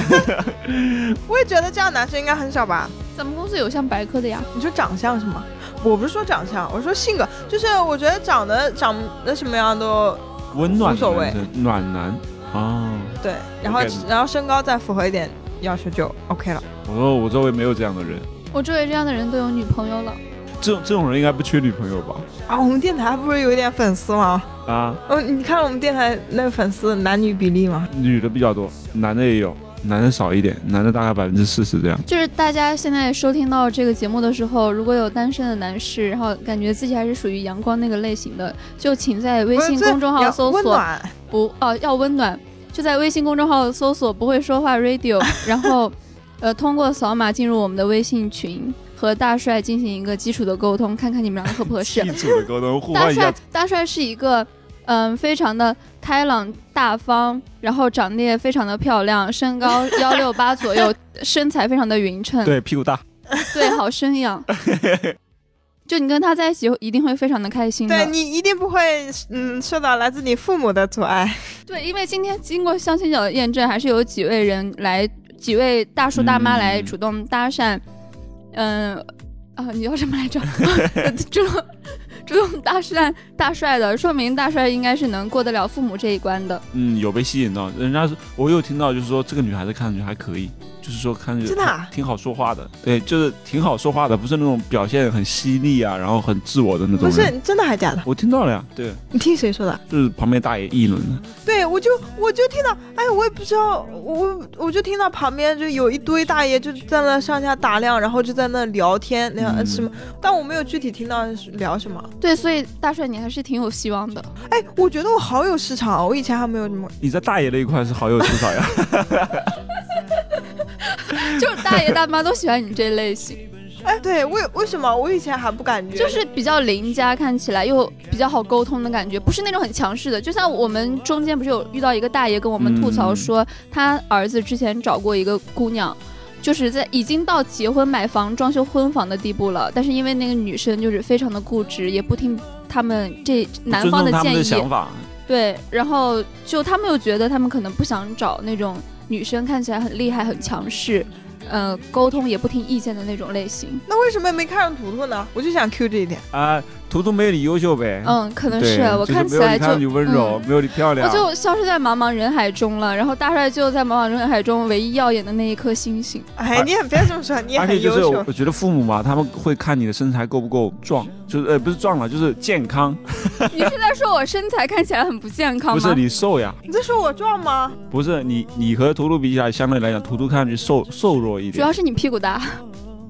E: 我也觉得这样男生应该很少吧。
G: 咱们公司有像白科的呀？
E: 你说长相是吗？我不是说长相，我说性格，就是我觉得长得长得什么样都
B: 温暖的
E: 无所谓
B: 男生，暖男哦。
E: 对，然后
B: OK
E: 然后身高再符合一点要求就 OK 了。
B: 我说我周围没有这样的人，
G: 我周围这样的人都有女朋友了。
B: 这种这种人应该不缺女朋友吧？
E: 啊，我们电台不是有一点粉丝吗？
B: 啊，
E: 嗯，你看我们电台那个粉丝男女比例吗？
B: 女的比较多，男的也有，男的少一点，男的大概百分之四十这样。
G: 就是大家现在收听到这个节目的时候，如果有单身的男士，然后感觉自己还是属于阳光那个类型的，就请在微信
E: 不是
G: 公众号
E: 要
G: 搜
E: 温
G: 索
E: 暖
G: 不哦、要温暖，就在微信公众号搜索不会说 话 radio，然后呃通过扫码进入我们的微信群，和大帅进行一个基础的沟通，看看你们两个合不合适
B: 地。主的沟通互
G: 大
B: 换一下
G: 帅，大帅是一个，嗯，非常的开朗大方，然后长得也非常的漂亮，身高幺六八左右，身材非常的匀称，
B: 对，屁股大。
G: 对好生 养。就你跟他在一起，一定会非常的开心的。
E: 对你一定不会嗯受到来自你父母的阻碍。
G: 对，因为今天经过相亲角的验证，还是有几位人来，几位大叔大妈来主动搭讪，嗯，啊，你叫什么来着？ 主动主动搭讪大帅的，说明大帅应该是能过得了父母这一关的。
B: 嗯，有被吸引到，人家是我有听到，就是说这个女孩子看上去还可以，就是说看上去
G: 真的啊
B: 挺好说话的，对，就是挺好说话的，不是那种表现很犀利啊，然后很自我的那种
E: 不是
B: 人。，
E: 真的还假的？
B: 我听到了呀，对，
E: 你听谁说的？
B: 就是旁边大爷议论的，
E: 对，我就我就听到，哎，我也不知道，我我就听到旁边就有一堆大爷就在那上下打量，然后就在那聊天，那样、呃什么，但我没有具体听到是聊什么。
G: 对，所以大帅你还是挺有希望的。
E: 哎，我觉得我好有市场哦，我以前还没有这么。
B: 你在大爷那一块是好有市 场呀。
G: 就是大爷大妈都喜欢你这类型，
E: 哎，对，为为什么我以前还不感觉？
G: 就是比较邻家，看起来又比较好沟通的感觉，不是那种很强势的。就像我们中间不是有遇到一个大爷跟我们吐
B: 嗯
G: 槽说，他儿子之前找过一个姑娘。就是在已经到结婚、买房、装修婚房的地步了，但是因为那个女生就是非常的固执，也不听他们这男方
B: 尊重他
G: 建
B: 们
G: 议，
B: 的想法，
G: 对，然后就他们又觉得他们可能不想找那种女生看起来很厉害、很强势，呃，沟通也不听意见的那种类型。
E: 那为什么没看上图图呢？我就想 Q 这一点。
B: 啊，图图没有你优秀呗。
G: 嗯可能
B: 对
G: 是
B: 就
G: 我
B: 是
G: 看
B: 没
G: 起
B: 有
G: 来
B: 你
G: 就嗯
B: 看上去温柔，没有你漂
G: 我
B: 亮。
G: 就消失在茫茫人海中了，然后大帅就在茫茫人海中唯一耀眼的那一颗 星星。
E: 哎，你也别这么说，你也
B: 而且
E: 很
B: 就
E: 优
B: 是
E: 秀
B: 我。我觉得父母嘛，他们会看你的身材够不够壮， 就是呃不是壮了，就是健康。
G: 你是在说我身材看起来很不健康
B: 不
G: 吗？
B: 是你瘦呀，
E: 你在说我壮吗？
B: 不是你你和图图比起来，相对来讲，图图看上去瘦瘦弱一点。
G: 主要是你屁股大。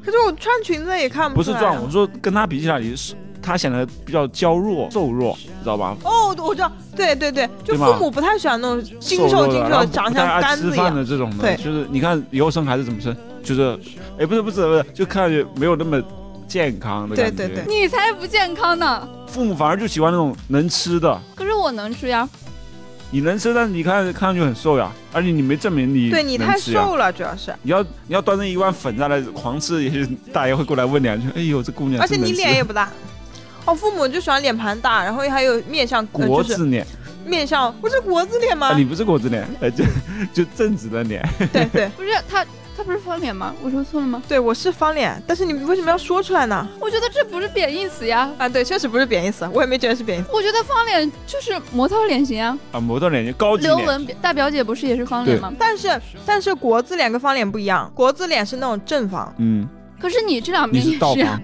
E: 可是我穿裙子也看
B: 不是
E: 出来啊。
B: 壮，我说跟他比起来，你是他显得比较娇弱、瘦弱，你知道吧？
E: 哦，我知道，对对对，就
B: 对吧
E: 父母不太喜欢那种精
B: 瘦
E: 瘦
B: 弱的
E: 精
B: 然
E: 瘦
B: 后
E: 的，长
B: 不太
E: 相
B: 爱
E: 杆
B: 吃
E: 子一
B: 饭
E: 样
B: 的。这种的，
E: 对
B: 就是你看以后生孩子怎么生，就是哎不是不是不是，就看上去没有那么健康的感觉。
G: 你才不健康呢。
B: 父母反而就喜欢那种能吃的，
G: 可是我能吃呀，
B: 你能吃，但是你看看上去很瘦呀，而且你没证明你
E: 对你
B: 能
E: 太
B: 吃呀啊
E: 瘦。了，主要是，
B: 你要你要端着一碗粉在那狂吃，也许大爷会过来问两句。哎呦，这姑娘
E: 而且
B: 真能
E: 你
B: 吃
E: 脸也不大。哦，父母就喜欢脸盘大，然后还有面相，呃
B: 国
E: 就
B: 字
E: 是
B: 脸
E: 面相，不是国字脸吗
B: 啊，？你不是国字脸，呃，就就正直的脸。
G: 不是他，他不是方脸吗？我说错了吗？
E: 对，我是方脸，但是你为什么要说出来呢？
G: 我觉得这不是贬义词呀，
E: 啊，对，确实不是贬义词，我也没觉得是贬义词。
G: 我觉得方脸就是模特脸型啊。
B: 啊，模特脸就高级
G: 刘
B: 脸，
G: 雯大表姐不是也是方脸吗？
E: 但是但是国字脸跟方脸不一样，国字脸是那种正方，
B: 嗯，
G: 可是你这两
B: 你
G: 边也
B: 是倒
G: 是
B: 方
G: 啊，，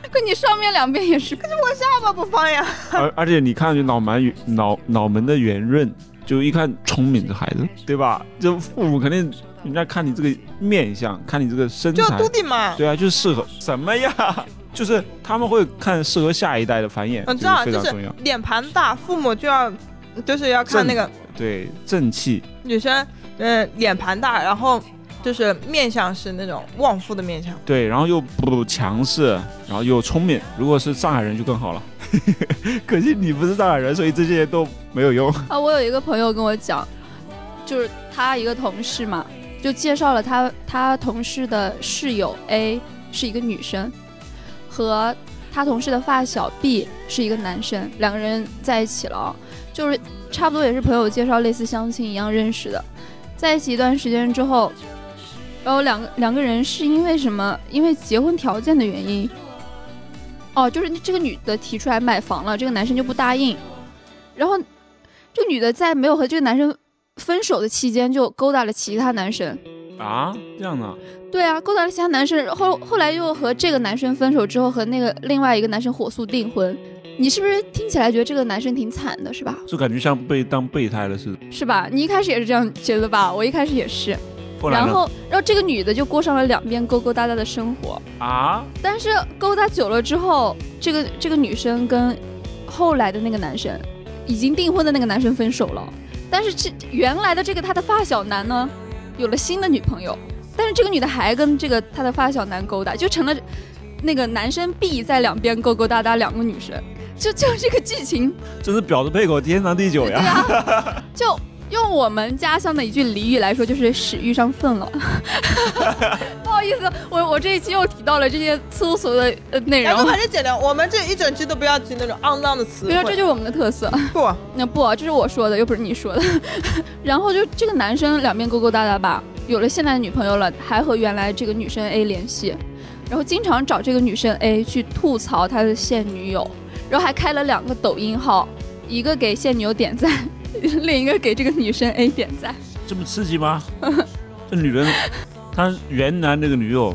G: 可你上面两边也是。可是
E: 我下巴不方呀。
B: 而而且你看上去脑蛮圆脑脑门的圆润，就一看聪明这孩
E: 嗯
B: 子，对吧？这父母肯定人家看你这个面相，看你这个身
E: 就
B: 材，
E: 都得嘛。
B: 对啊，就适合什么呀？ 就是他们会看适合下一代的繁衍，
E: 我
B: 这
E: 知
B: 个
E: 道，
B: 非
E: 嗯啊就
B: 常
E: 是
B: 重要。
E: 脸盘大，父母就要就是要看那个
B: 对正气，
E: 女生，嗯，脸盘大，然后就是面相是那种旺夫的面相。
B: 对，然后又不强势，然后又聪明。如果是上海人就更好了， 可惜你不是上海人，所以这些都没有用。
G: 啊，我有一个朋友跟我讲，就是他一个同事嘛，就介绍了他他同事的室友 A 是一个女生，和他同事的发小 B 是一个男生，两个人在一起了啊，就是差不多也是朋友介绍，类似相亲一样认识的，在一起一段时间之后，然后两个两个人是因为什么？因为结婚条件的原因。哦，就是这个女的提出来买房了，这个男生就不答应，然后这个女的在没有和这个男生分手的期间，就勾搭了其他男生。
E: 嗯
B: 啊，这样的，
G: 对啊，勾搭了其他男生，后后来又和这个男生分手之后，和那个另外一个男生火速订婚。你是不是听起来觉得这个男生挺惨的，是吧？
B: 就感觉像被当备胎了似的。
G: 是吧？你一开始也是这样觉得吧？我一开始也是。
B: 后来呢
G: 然后，然后这个女的就过上了两边勾勾搭搭的生活。
B: 啊，
G: 但是勾搭久了之后，这个这个女生跟后来的那个男生，已经订婚的那个男生分手了。但是这原来的这个她的发小男呢，有了新的女朋友，但是这个女的还跟这个她的发小男勾搭，就成了那个男生 B 在两边勾勾搭搭两个女生，就就这个剧情，
B: 真是婊子配狗，天长地久呀！
G: 啊就用我们家乡的一句俚语来说，就是屎遇上粪了。不好意思，我我这一期又提到了这些粗俗的呃 内
E: 然
G: 容
E: 后。还是剪掉，我们这一整期都不要提那种肮脏的词
G: 比
E: 汇。
G: 如说，这就是我们的特色。
E: 不，
G: 那不，这是我说的，又不是你说的。 然后就这个男生两边勾勾搭搭吧，有了现在的女朋友了，还和原来这个女生 A 联系，然后经常找这个女生 A 去吐槽他的现女友，然后还开了两个抖音号，一个给现女友点赞， 另一个给这个女生 A 点赞。
B: 这么刺激吗？ 这女人，她原来那个女友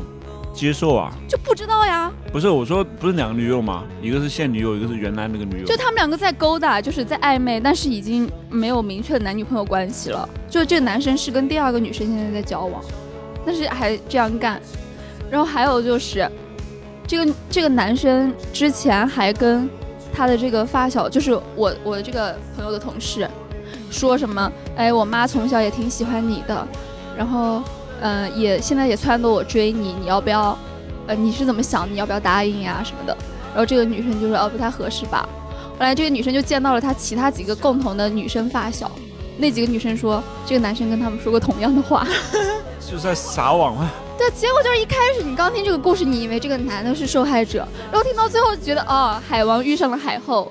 B: 接受啊？
G: 就不知道呀，
B: 不是，我说不是两个女友吗？一个是现女友，一个是原来那个女友。
G: 就他们两个在勾搭，就是在暧昧，但是已经没有明确的男女朋友关系了。就这个男生是跟第二个女生现在在交往，但是还这样干。然后还有就是，这个这个男生之前还跟他的这个发小，就是我我的这个朋友的同事，说什么，哎，我妈从小也挺喜欢你的，然后，嗯、也现在也撺掇我追你，你要不要？呃，你是怎么想？你要不要答应呀什么的？然后这个女生就说，哦、不太合适吧。后来这个女生就见到了她其他几个共同的女生发小，那几个女生说，这个男生跟他们说过同样的话。
B: 就是在撒网啊！
G: 对，结果就是一开始你刚听这个故事，你以为这个男的是受害者，然后听到最后觉得，哦，海王遇上了海后，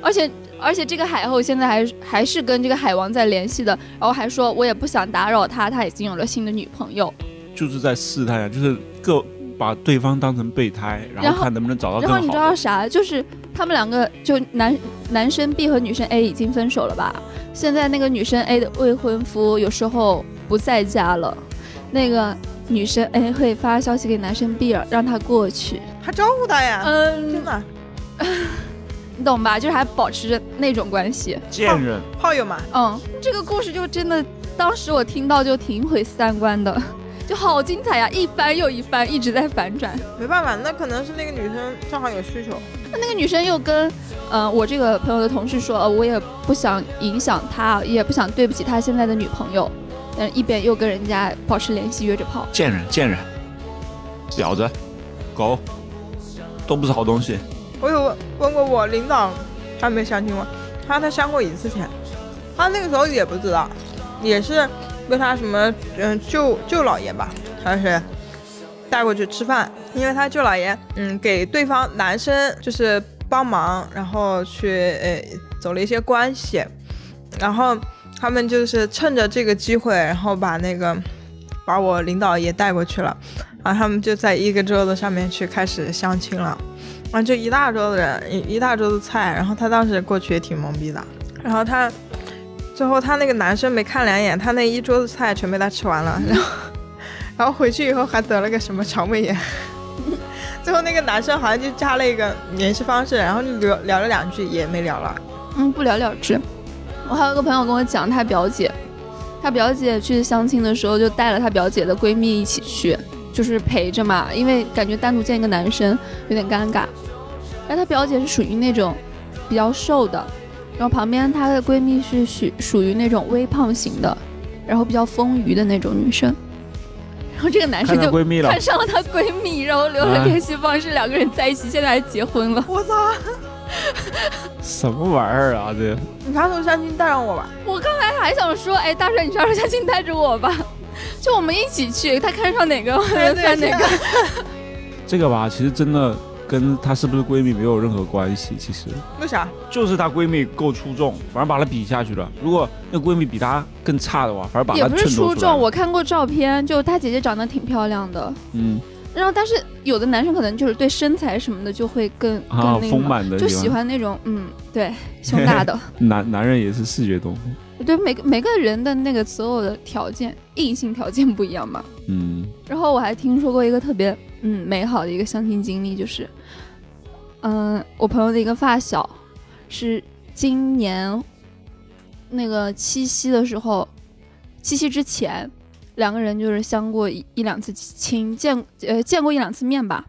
G: 而且而且这个海后现在还还是跟这个海王在联系的，然后还说我也不想打扰他，他已经有了新的女朋友，
B: 就是在试探呀，啊就是各把对方当成备胎，然
G: 然后
B: 后看能不能哦找到更
G: 然后你知
B: 好的。
G: 道啥？就是他们两个就男男生 B 和女生 A 已经分手了吧？现在那个女生 A 的未婚夫有时候不在家了，那个女生 A 会发消息给男生 B 让他过去，
E: 还招呼他呀？
G: 嗯，
E: 天哪，
G: 你懂吧？就是还保持着那种关系。
B: 贱人，
E: 炮友嘛，
G: 嗯，这个故事就真的，当时我听到就挺毁三观的，就好精彩呀、一翻又一翻，一直在反转。
E: 没办法，那可能是那个女生正好有需求。
G: 那那个女生又跟，呃，我这个朋友的同事说，呃，我也不想影响他，也不想对不起他现在的女朋友，但是一边又跟人家保持联系，约着跑。
B: 贱人，贱人，婊子，狗，都不是好东西。
E: 我有问问过我领导，他没相亲过，他他相过一次钱，他那个时候也不知道，也是被他什么嗯舅舅老爷吧，还是谁带过去吃饭，因为他舅老爷嗯给对方男生就是帮忙，然后去呃走了一些关系，然后他们就是趁着这个机会，然后把那个把我领导也带过去了，然后他们就在一个桌子上面去开始相亲了。然啊后就一大桌子人，一一大桌子菜，然后他当时过去也挺懵逼的，然后他最后他那个男生没看两眼，他那一桌子菜全被他吃完了，然后然后回去以后还得了个什么肠胃炎， 最后那个男生好像就加了一个联系方式，然后就聊聊了两句也没聊了，
G: 嗯，不了了之。我还有个朋友跟我讲，他表姐，他表姐去相亲的时候就带了她表姐的闺蜜一起去，就是陪着嘛，因为感觉单独见一个男生有点尴尬。但她表姐是属于那种比较瘦的，然后旁边她的闺蜜是属属于那种微胖型的，然后比较丰腴的那种女生。然后这个男生
B: 看
G: 就
B: 上闺蜜了
G: 看上了她闺蜜，然后留了
B: 啊
G: 联系方式，两个人在一起，现在还结婚了。
E: 我操！
B: 什么玩意儿啊？这
E: 你啥时候相亲带上我吧？
G: 我刚才还想说，哎，大帅，你啥时候相亲带着我吧？ 就我们一起去，他看上哪个我
E: 对
G: 们
E: 对
G: 算哪个。
E: 啊
B: 这个吧，其实真的跟她是不是闺蜜没有任何关系，其实
E: 为啥？
B: 就是她闺蜜够出众，反而把她比下去了。如果那闺蜜比她更差的话，反而把
G: 也
B: 她
G: 不是
B: 衬托出
G: 出
B: 来
G: 众，
B: 了。
G: 我看过照片，就他姐姐长得挺漂亮的，
B: 嗯，
G: 然后但是有的男生可能就是对身材什么的就会更、
B: 啊
G: 更那个
B: 丰
G: 嘛
B: 满的
G: 就
B: 喜欢
G: 喜欢那种嗯，对，胸大 的。
B: 男男人也是视觉动物。
G: 对每个每个人的那个所有的条件硬性条件不一样嘛。
B: 嗯，
G: 然后我还听说过一个特别嗯美好的一个相亲经历，就是，嗯，我朋友的一个发小是今年那个七夕的时候，七夕之前，两个人就是相过一一两次亲，见呃见过一两次面吧。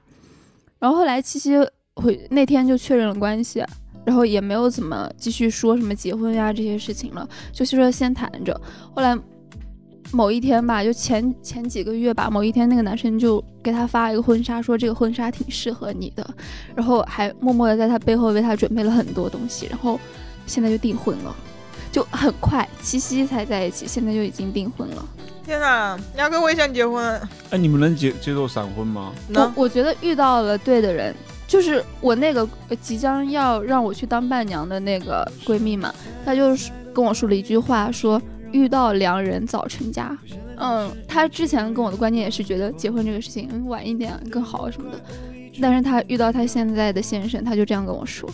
G: 然后后来七夕回那天就确认了关系，然后也没有怎么继续说什么结婚呀、这些事情了，就是说先谈着。后来某一天吧，就前前几个月吧，某一天那个男生就给她发一个婚纱，说这个婚纱挺适合你的，然后还默默的在她背后为她准备了很多东西，然后现在就订婚了，就很快，七夕才在一起，现在就已经订婚了。
E: 天哪，压根我也想结婚。
B: 哎，你们能接接受闪婚吗？
G: 我我觉得遇到了对的人，就是我那个呃即将要让我去当伴娘的那个闺蜜嘛，她就是跟我说了一句话，说遇到良人早成家。嗯，她之前跟我的观念也是觉得结婚这个事情，嗯，晚一点更好什么的。但是她遇到她现在的先生，她就这样跟我说，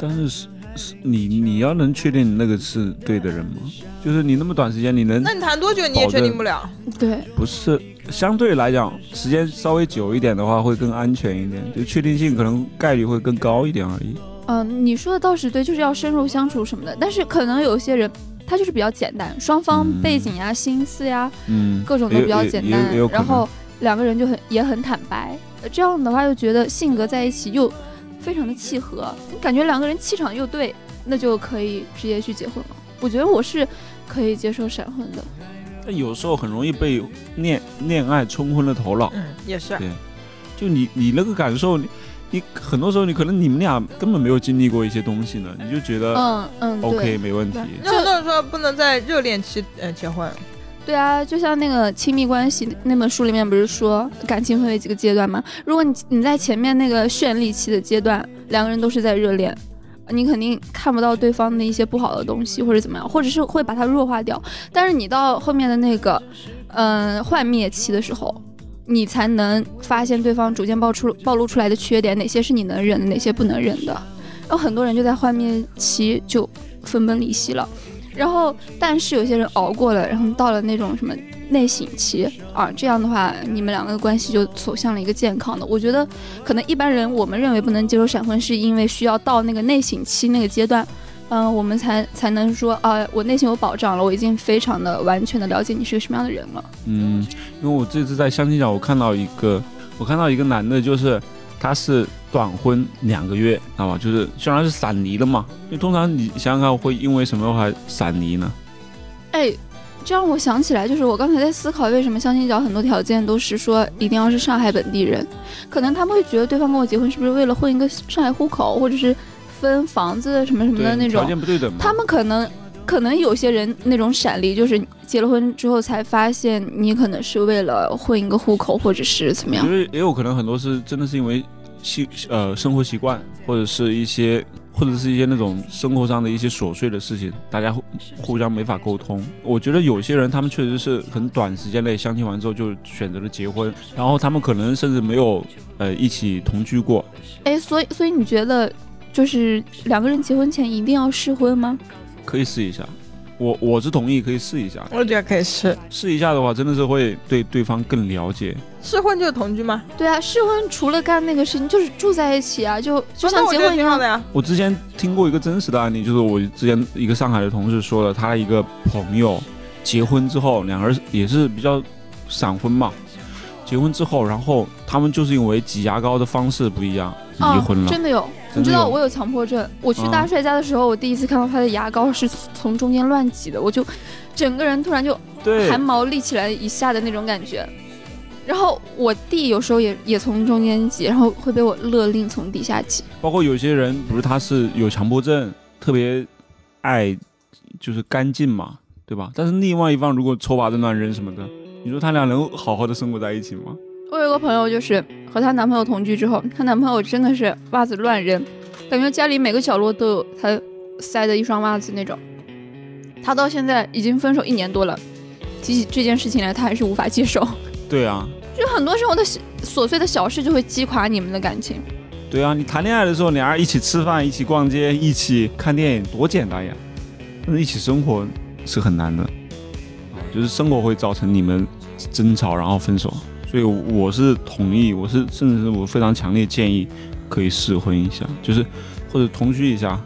B: 但是是是你你要能确定你那个是对的人吗？就是你那么短时间，你能
E: 那你谈多久你也
B: 保
E: 确
B: 证
E: 定不了？
G: 对，
B: 不是，相对来讲，时间稍微久一点的话，会更安全一点，就确定性可能概率会更高一点而已。
G: 嗯，你说的倒是对，就是要深入相处什么的。但是可能有些人他就是比较简单，双方背景呀、心思呀，
B: 嗯
G: 各种都
B: 也
G: 比较
B: 也
G: 简
B: 也
G: 单
B: 也有，可
G: 然
B: 能
G: 后两个人就很也很坦白，呃这样的话又觉得性格在一起又非常的契合，感觉两个人气场又对，那就可以直接去结婚了。我觉得我是可以接受闪婚的，
B: 但有时候很容易被恋恋爱冲昏了头脑。
E: 嗯，也是。
B: 对，就你你那个感受，你你很多时候你可能你们俩根本没有经历过一些东西呢，你就觉得
G: 嗯嗯对
B: 呃 OK 没问题。
E: 那很多人说不能在热恋期呃结婚，
G: 对啊，就像那个亲密关系那本书里面不是说感情分为几个阶段吗？如果你你在前面那个绚丽期的阶段，两个人都是在热恋，你肯定看不到对方的一些不好的东西或者怎么样，或者是会把它弱化掉。但是你到后面的那个，嗯、幻灭期的时候，你才能发现对方逐渐爆出暴露出来的缺点，哪些是你能忍的，哪些不能忍的。然后很多人就在幻灭期就分崩离析了。然后，但是有些人熬过了，然后到了那种什么内省期啊，这样的话，你们两个的关系就走向了一个健康的。我觉得，可能一般人我们认为不能接受闪婚，是因为需要到那个内省期那个阶段，嗯、我们才才能说啊，我内心有保障了，我已经非常的完全的了解你是个什么样的人了。
B: 嗯，因为我这次在相亲角，我看到一个，我看到一个男的，就是他是短婚两个月，知道吧？就是虽然是闪离了嘛，因为通常你想想看，会因为什么还闪离呢？
G: 哎，这让我想起来，就是我刚才在思考，为什么相亲角很多条件都是说一定要是上海本地人，可能他们会觉得对方跟我结婚是不是为了混一个上海户口，或者是分房子什么什么的
B: 对，
G: 那
B: 条
G: 种。
B: 件不对等嘛。
G: 他们可能可能有些人那种闪离，就是结了婚之后才发现你可能是为了混一个户口，或者是怎么
B: 我觉
G: 样。
B: 得也有可能很多是真的是因为习呃生活习惯，或者是一些或者是一些那种生活上的一些琐碎的事情，大家互互相没法沟通。我觉得有些人他们确实是很短时间内相亲完之后就选择了结婚，然后他们可能甚至没有呃一起同居过。
G: 哎，所以所以你觉得就是两个人结婚前一定要试婚吗？
B: 可以试一下，我我是同意可以试一下，
E: 我觉得可以试。
B: 试一下的话，真的是会对对方更了解。
E: 试婚就是同居吗？
G: 对啊，试婚除了干那个事情，就是住在一起啊，就就像结婚一样
E: 的呀。
B: 我之前听过一个真实的案例，就是我之前一个上海的同事说了，他的一个朋友结婚之后，两个人也是比较闪婚嘛。结婚之后，然后他们就是因为挤牙膏的方式不一样，离
G: 啊
B: 婚了。
G: 真的有，
B: 真的
G: 你知道
B: 有
G: 我有强迫症。我去大
B: 啊
G: 帅家的时候，我第一次看到他的牙膏是从中间乱挤的，我就整个人突然就
B: 对
G: 汗毛立起来一下的那种感觉。然后我弟有时候也也从中间挤，然后会被我勒令从底下挤。
B: 包括有些人不是他是有强迫症，特别爱就是干净嘛，对吧？但是另外一方如果抽拔的乱扔什么的，你说他俩能好好的生活在一起吗？
G: 我有个朋友就是和她男朋友同居之后，她男朋友真的是袜子乱扔，感觉家里每个角落都有她塞的一双袜子那种。她到现在已经分手一年多了，提起这件事情来，她还是无法接受。
B: 对啊，
G: 就很多生活的小琐碎的小事就会击垮你们的感情。
B: 对啊，你谈恋爱的时候，俩人一起吃饭，一起逛街，一起看电影，多简单呀！但是一起生活是很难的，啊，就是生活会造成你们争吵，然后分手。所以我是同意，我是甚至是我非常强烈建议，可以试婚一下，就是或者同居一下，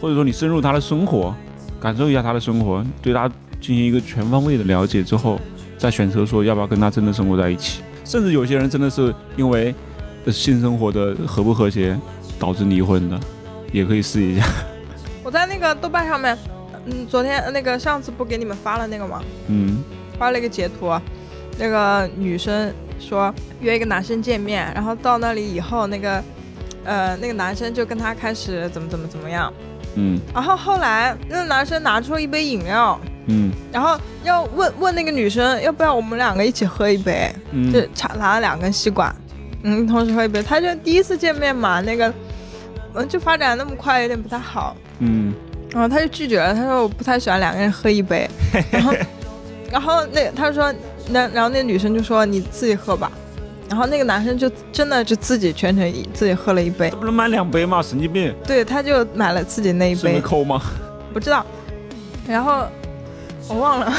B: 或者说你深入他的生活，感受一下他的生活，对他进行一个全方位的了解之后，再选择说要不要跟他真的生活在一起。甚至有些人真的是因为呃性生活的和不和谐导致离婚的，也可以试一下。
E: 我在那个豆瓣上面，嗯，昨天那个上次不给你们发了那个吗？
B: 嗯，
E: 发了一个截图，那个女生说约一个男生见面，然后到那里以后，那个呃那个男生就跟她开始怎么怎么怎么样，
B: 嗯
E: 然后后来那个男生拿出一杯饮料，
B: 嗯
E: 然后要问问那个女生要不要我们两个一起喝一杯，
B: 嗯
E: 就插拿了两根吸管，嗯，同时喝一杯。他就第一次见面嘛，那个嗯就发展得那么快有点不太好，
B: 嗯，
E: 然后他就拒绝了，他说我不太喜欢两个人喝一杯，然后 然后那他说那然后那女生就说你自己喝吧，然后那个男生就真的就自己全程一自己喝了一杯，
B: 不能买两杯吗？神经病，
E: 对，他就买了自己那一
B: 是没
E: 杯，
B: 抠吗？
E: 不知道，然后我忘了。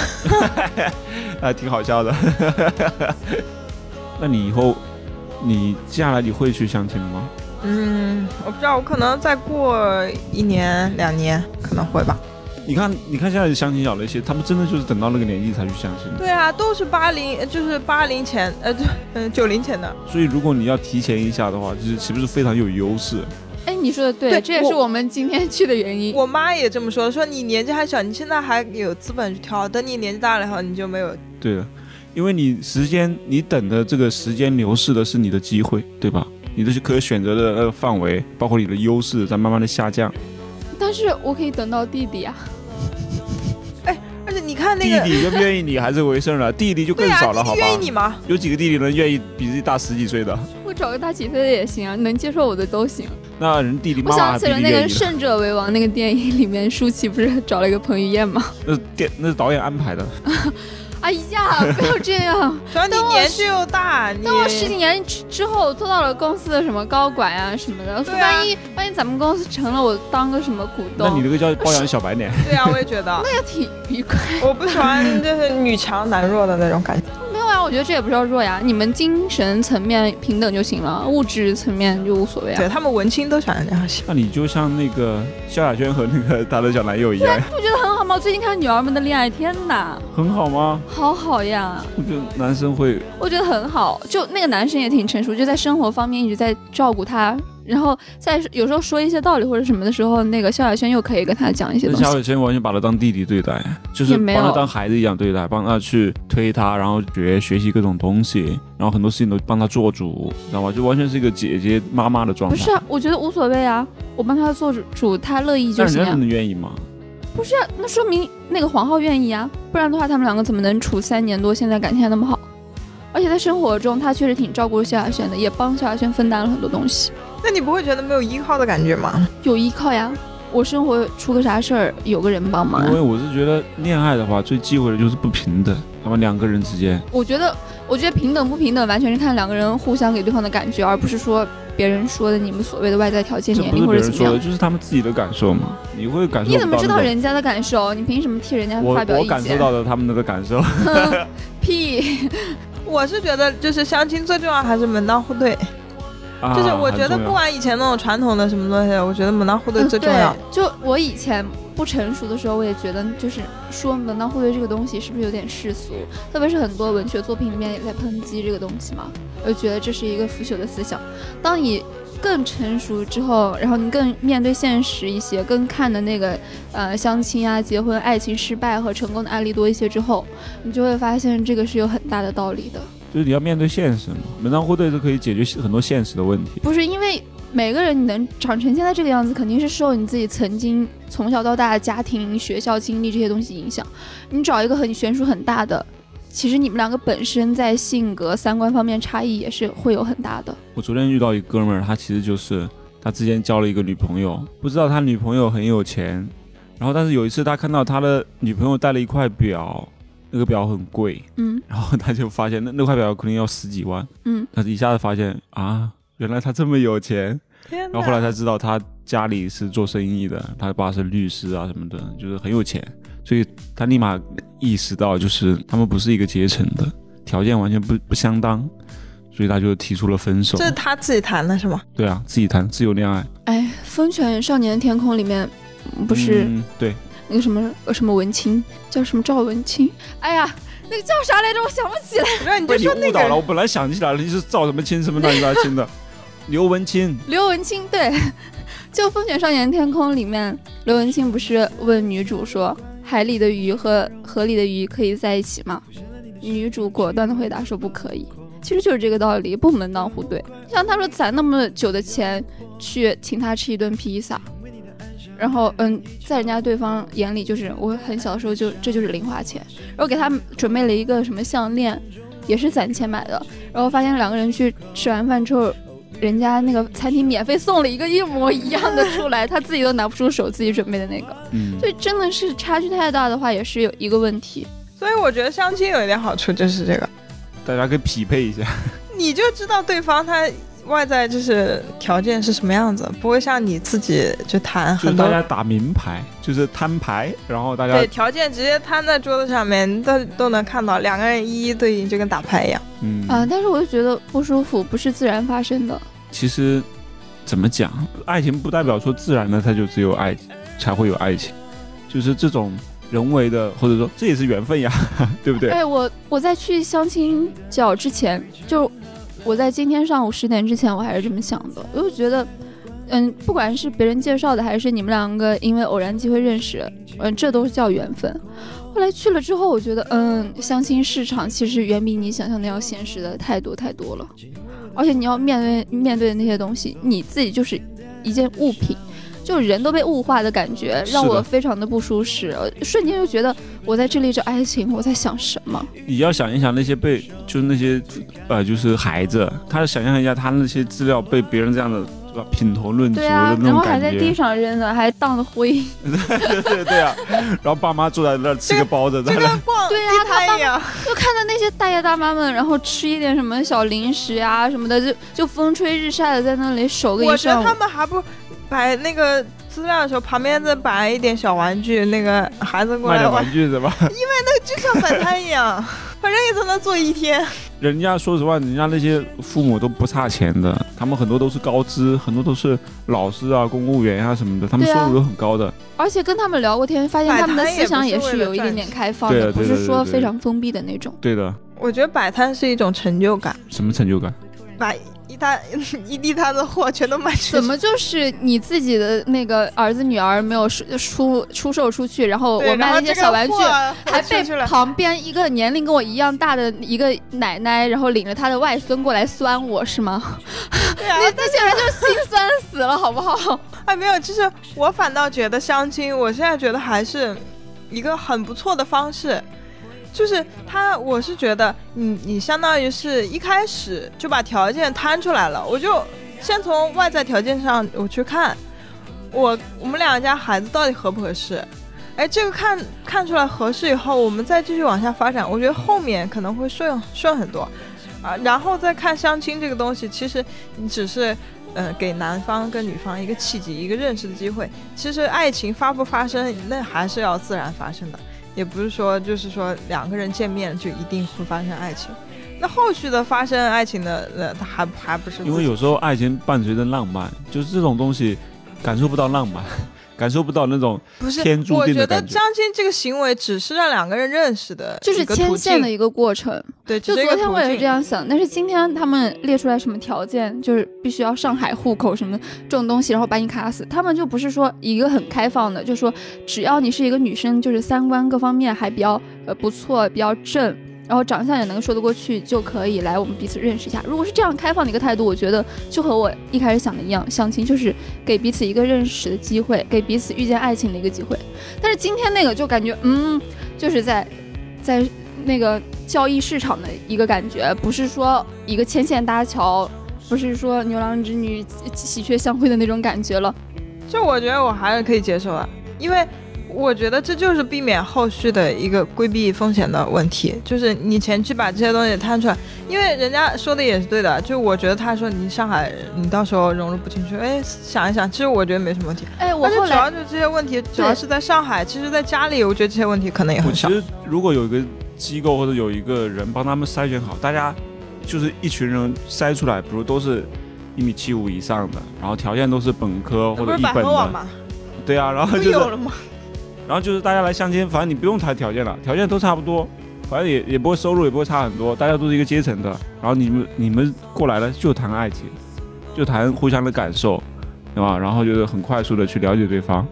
B: 啊，挺好笑的。 那你以后，你接下来你会去相亲吗？
E: 嗯，我不知道，我可能再过一年两年可能会吧。
B: 你看，你看现在相亲小那些，他们真的就是等到那个年纪才去相亲。
E: 对啊，都是八零，就是八零前，呃，对，嗯，九零前的。
B: 所以如果你要提前一下的话，就是岂不是非常有优势？
G: 哎，你说的对，
E: 对
G: 这也是
E: 我
G: 我们今天去的原因。
E: 我妈也这么说，说你年纪还小，你现在还有资本去挑，等你年纪大了以后，你就没有。
B: 对的，因为你时间，你等的这个时间流逝的是你的机会，对吧？你的可选择的呃范围，包括你的优势在慢慢的下降。
G: 但是我可以等到弟弟啊。
E: 而且你看那
B: 弟
E: 个，
B: 弟愿不愿意你还是回事儿 了，弟弟就更
E: 对
B: 少
E: 啊，
B: 了，
E: 弟
B: 好
E: 弟
B: 吧？
E: 愿意你吗？
B: 有几个弟弟能愿意比自己大十几岁的？
G: 我找个大几岁的也行啊，能接受我的都行。
B: 那人弟弟
G: 我
B: 妈妈
G: 想
B: 还
G: 起
B: 比
G: 了
B: 你
G: 那个
B: 愿
G: 《
B: 意呢。
G: 胜者为王》那个电影里面，舒淇不是找了一个彭于晏 吗？
B: 那是电那是导演安排的，
G: 哎呀，不要这 样！
E: 主要你
G: 等我
E: 年
G: 十
E: 纪又大，你
G: 当我十几年之之后做到了公司的什么高管啊什么的，
E: 对啊
G: 万一万一咱们公司成了，我当个什么股
B: 那你
G: 东
B: 这，个叫包养小白 脸。
E: 对啊，我也觉得，
G: 那个挺愉快。
E: 我不喜欢就是女强男弱的那种感觉。
G: 没有啊，我觉得这也不叫弱呀，你们精神层面平等就行了，物质层面就无所谓
E: 对
G: 啊。
E: 他们文青都喜欢这样想。
B: 那你就像那个萧亚轩和那个 她的小男友一 样，
G: 不觉得很好吗？我最近看女儿们的恋爱，天哪，
B: 很好吗？
G: 好好呀，
B: 我觉得男生会
G: 我觉得很好。就那个男生也挺成熟，就在生活方面一直在照顾她，然后在有时候说一些道理或者什么的时候，那个萧亚轩又可以跟她讲一些
B: 那
G: 东
B: 夏
G: 西。
B: 伟轩完全把他当弟弟对待，就是
G: 也没
B: 帮
G: 有
B: 他当孩子一样对待，帮他去推他，然后学学习各种东西，然后很多事情都帮他做主，知道吗？就完全是一个姐姐妈妈的状
G: 不
B: 态。
G: 是啊，我觉得无所谓啊，我帮她做主，她乐意就
B: 但人
G: 行
B: 家
G: 啊。
B: 能愿意吗？
G: 不是、啊，那说明那个皇后愿意啊，不然的话他们两个怎么能处三年多，现在感情还那么好？而且在生活中，他确实挺照顾萧亚轩的，也帮萧亚轩分担了很多东西，
E: 那你不会觉得没有依靠的感觉吗？
G: 有依靠呀。我生活出个啥事儿，有个人帮忙
B: 因为
G: 啊。
B: 我是觉得恋爱的话，最忌讳的就是不平等，他们两个人之间。
G: 我觉得，我觉得平等不平等，完全是看两个人互相给对方的感觉，而不是说别人说的你们所谓的外在条件、
B: 这
G: 年
B: 不
G: 龄
B: 是
G: 或
B: 别
G: 者
B: 人
G: 怎么
B: 说的，
G: 样？
B: 就是他们自己的感受嘛。你会感受
G: 你
B: 不
G: 怎么知道
B: 那种
G: 人家的感受？啊你凭什么替人家
B: 我
G: 发表
B: 我
G: 意
B: 感受
G: 见？啊
B: 到的他们的感 受。
G: 屁！
E: 我是觉得就是相亲最重要还是门当户对，
B: 啊
E: 就是我觉
B: 很
E: 得
B: 重要
E: 不管以前那种传统的什么东西，我觉得门当户对最重要。
G: 对就我以前不成熟的时候，我也觉得就是说门当户对这个东西是不是有点世俗？特别是很多文学作品里面也在抨击这个东西嘛，我觉得这是一个腐朽的思想。当你更成熟之后，然后你更面对现实一些，更看的那个呃相亲啊、结婚、爱情失败和成功的案例多一些之后，你就会发现这个是有很大的道理的。
B: 就是你要面对现实嘛，门当户对是可以解决很多现实的问题。
G: 不是因为每个人你能长成现在这个样子，肯定是受你自己曾经从小到大的家庭、学校经历这些东西影响。你找一个很悬殊很大的，其实你们两个本身在性格、三观方面差异也是会有很大的。
B: 我昨天遇到一哥们儿，他其实就是他之前交了一个女朋友，不知道他女朋友很有钱，然后但是有一次他看到他的女朋友戴了一块表，那个表很贵，
G: 嗯
B: 然后他就发现那那块表可能要十几万，
G: 嗯
B: 他一下子发现啊，原来他这么有钱，
E: 天
B: 然后后来才知道他家里是做生意的，他爸是律师啊什么的，就是很有钱，所以他立马意识到，就是他们不是一个阶层的，条件完全不不相当，所以他就提出了分手
E: 这。是他自己谈 的是吗？
B: 对啊，自己谈自由恋爱，
G: 哎，《风犬少年的天空》里面嗯不是
B: 嗯、对，
G: 那个什么、呃什么文清，叫什么赵文清？哎呀，那个叫啥来着？我想不起来。
E: 不是，你
B: 被你误导了。我本来想起来了，就是赵什么清什么乱 七八糟清的，刘文清。
G: 刘文清对，就《风犬少年的天空》里面，刘文清不是问女主说：“海里的鱼和河里的鱼可以在一起吗？”女主果断的回答说：“不可以。”其实就是这个道理，不门当户对。像他说攒那么久的钱去请他吃一顿披萨，然后嗯，在人家对方眼里就是我很小的时候就这就是零花钱，然后给他准备了一个什么项链，也是攒钱买的，然后发现两个人去吃完饭之后，人家那个餐厅免费送了一个一模一样的出来，他自己都拿不出手自己准备的那个，
B: 嗯
G: 所以真的是差距太大的话也是有一个问题。
E: 所以我觉得相亲有一点好处就是这个，
B: 大家可以匹配一下。
E: 你就知道对方他外在就是条件是什么样子，不会像你自己就谈
B: 就
E: 很
B: 是
E: 多
B: 大家打明牌，就是摊牌，然后大家
E: 对条件直接摊在桌子上面，都都能看到，两个人一一对应，就跟打牌一样。
B: 嗯
E: 呃
G: 啊，但是我就觉得不舒服不是自然发生的，
B: 其实怎么讲，爱情不代表说自然的它就只有爱，才会有爱情，就是这种人为的，或者说这也是缘分呀， 对不对？
G: 哎，我我在去相亲角之前，就我在今天上午十点之前，我还是这么想的。我就觉得，嗯，不管是别人介绍的，还是你们两个因为偶然机会认识，嗯，这都是叫缘分。后来去了之后，我觉得，嗯，相亲市场其实远比你想象的要现实的太多太多了。而且你要面对面对的那些东西，你自己就是一件物品，就人都被物化的感觉，
B: 是的
G: 让我非常的不舒适。呃瞬间就觉得我在这里找爱情，我在想什么？
B: 你要想一想那些被，就是那些，呃，就是孩子，他想象一下他那些资料被别人这样的，对吧？品头论足
G: 对
B: 的
G: 啊
B: 嗯那，
G: 然
B: 种
G: 后还
B: 感觉，
G: 在地上扔呢，还荡着 灰。
B: 对对对啊，然后爸妈坐在那儿吃个包 子，在那儿
G: 对啊，他爸妈就看到那些大爷大妈们，然后吃一点什么小零食啊什么的，就就风吹日晒的在那里守个
E: 我
G: 一
E: 觉得
G: 上午
E: 他。们还不摆那个资料的时候，旁边再摆一点小玩具，那个孩子过
B: 卖
E: 来
B: 点
E: 玩，
B: 玩具是吧？
E: 因为那个就像摆摊 一样，反正也在那坐一天。
B: 人家说实话，人家那些父母都不差钱的，他们很多都是高知，很多都是老师啊、公务员啊什么的，他们
G: 对
B: 收
G: 啊
B: 入都很高的。
G: 而且跟他们聊过天，发现
E: 摆
G: 他们的
E: 摊也
G: 思想
E: 不是
G: 也
E: 为
G: 是
E: 了
G: 有一点
E: 赚
G: 点
E: 钱
G: 开放
B: 对
G: 的，
B: 啊
G: 不
B: 对对
G: 是
B: 对
G: 说
B: 对
G: 非
B: 对
G: 常封闭的那种。
B: 对的，
E: 我觉得摆摊是一种成就感，
B: 什么成就
G: 啊
B: 感？
E: 把一摊 一地摊子货全都卖出去。
G: 怎么就是你自己的那个儿子女儿没有出出出售出去，然后
E: 对
G: 我卖
E: 然
G: 了
E: 后
G: 一些
E: 这
G: 小
E: 个
G: 玩具
E: 货啊，
G: 还
E: 出
G: 被
E: 去了
G: 旁边一个年龄跟我一样大的一个奶奶，然后领着她的外孙过来酸我是吗？
E: 对啊
G: 那，那些人就心酸死了，好不好？
E: 哎，没有，就是我反倒觉得相亲，我现在觉得还是一个很不错的方式。就是他，我是觉得你你相当于是一开始就把条件摊出来了，我就先从外在条件上我去看，我我们两家孩子到底合不合适。哎，这个看看出来合适以后，我们再继续往下发展，我觉得后面可能会顺顺很多，啊，然后再看相亲这个东西，其实你只是呃，给男方跟女方一个契机，一个认识的机会。其实爱情发不发生，那还是要自然发生的，也不是说就是说两个人见面就一定会发生爱情。那后续的发生爱情的，呃，它还还不是
B: 因为有时候爱情伴随着浪漫，就是这种东西感受不到浪漫， 感受不到那种
E: 不是
B: 天注
E: 我
B: 定
E: 觉
B: 的
E: 得
B: 感
E: 相亲这个行为只是让两个人认识的，
G: 就是牵线 的一
E: 个
G: 个过程。
E: 对
G: 就
E: 只是一
G: 昨
E: 个
G: 天
E: 途
G: 我也是
E: 径
G: 这样想，但是今天他们列出来什么条件，就是必须要上海户口什么这种东西，然后把你卡死。他们就不是说一个很开放的，就说只要你是一个女生，就是三观各方面还比较呃不错，比较正，然后长相也能说得过去，就可以来我们彼此认识一下。如果是这样开放的一个态度，我觉得就和我一开始想的一样，相亲就是给彼此一个认识的机会，给彼此遇见爱情的一个机会。但是今天那个就感觉，嗯，就是在在那个交易市场的一个感觉，不是说一个牵线搭桥，不是说牛郎织女喜喜鹊相会的那种感觉了。
E: 就我觉得我还是可以接受的，因为我觉得这就是避免后续的一个规避风险的问题，就是你前期把这些东西摊出来，因为人家说的也是对的，就我觉得他说你上海人，你到时候融入不进去，哎，想一想，其实我觉得没什么问题。
G: 哎，我
E: 但是
G: 后
E: 主要
G: 来
E: 就是这些问题，主要是在上海，其实在家里，我觉得这些问题可能也
B: 觉。我
E: 很
B: 其
E: 少。
B: 实如果有一个机构或者有一个人帮他们筛选好，大家就是一群人筛出来，比如都是一米七五以上的，然后条件都是本科或
E: 不
B: 者
E: 是
B: 一
E: 百
B: 本
E: 合网
B: 的，
E: 吗？
B: 对啊，然后
E: 不
B: 就是
E: 有了吗？
B: 然后就是大家来相亲，反正你不用谈条件了，条件都差不多，反正也也不会收入也不会差很多，大家都是一个阶层的。然后你们你们过来了就谈爱情，就谈互相的感受，对吧？然后就是很快速的去了解对方。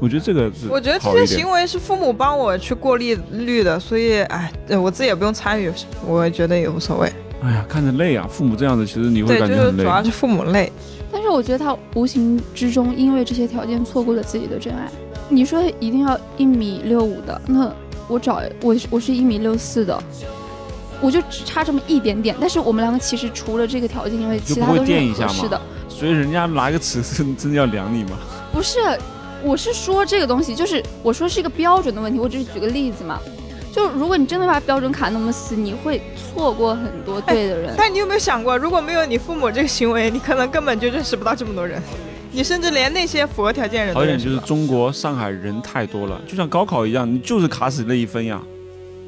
B: 我觉得这个是
E: 我觉得这
B: 好一
E: 些
B: 点
E: 行为是父母帮我去过滤滤的，所以哎，呃我自己也不用参与，我觉得也无所谓。
B: 哎呀，看着累啊，父母这样子其实你会
E: 对，
B: 感
E: 就
B: 觉
E: 是
B: 很
E: 主
B: 累。
E: 要是父母累。
G: 但是我觉得他无形之中因为这些条件错过了自己的真爱。你说一定要一米六五的，那我找我是我是一米六四的，我就只差这么一点点。但是我们两个其实除了这个条件，因为
B: 就
G: 其
B: 不
G: 他
B: 会
G: 都是
B: 垫
G: 很
B: 一下
G: 合适
B: 嘛
G: 的。？
B: 所以人家拿个尺寸真的要量 你嘛？
G: 不是，我是说这个东西，就是我说是一个标准的问题，我只是举个例子嘛。就如果你真的把标准卡那么死，你会错过很多对的人。
E: 但你有没有想过，如果没有你父母这个行为，你可能根本就认识不到这么多人，你甚至连那些符合条件的人
B: 好
E: 都
B: 一点
E: 认
B: 就
E: 识
B: 是
E: 不到。
B: 中国上海人太多了，就像高考一样，你就是卡死那一分呀，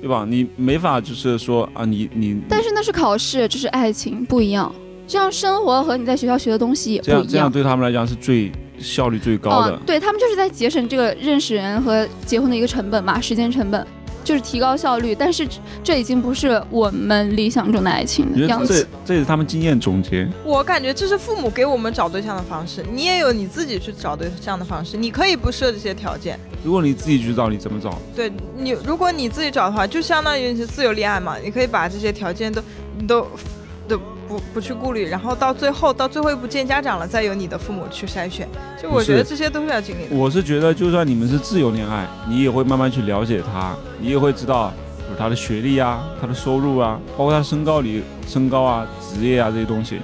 B: 对吧？你没法就是说啊，你你
G: 但是那是考试，这是爱情，不一样。这样生活和你在学校学的东西也不
B: 这样
G: 一
B: 这样对他们来讲是最效率最高的
G: 嗯。，对他们就是在节省这个认识人和结婚的一个成本嘛，时间成本，就是提高效率。但是这这已经不是我们理想中的爱情
B: 我
G: 的
B: 觉
G: 样
B: 得这
G: 子。
B: 这也是他们经验总结。
E: 我感觉这是父母给我们找对象的方式，你也有你自己去找对象的方式，你可以不设这些条件。
B: 如果你自己去找，你怎么找？
E: 对你，如果你自己找的话，就相当于你是自由恋爱嘛，你可以把这些条件都，你都，都不不去顾虑，然后到最后到最后一步见家长了，再由你的父母去筛选。就我
B: 不是
E: 觉得这些都是要经历的。
B: 我是觉得，就算你们是自由恋爱，你也会慢慢去了解他，你也会知道，比如他的学历啊、他的收入啊，包括他的身高里、身高啊、职业啊这些东西，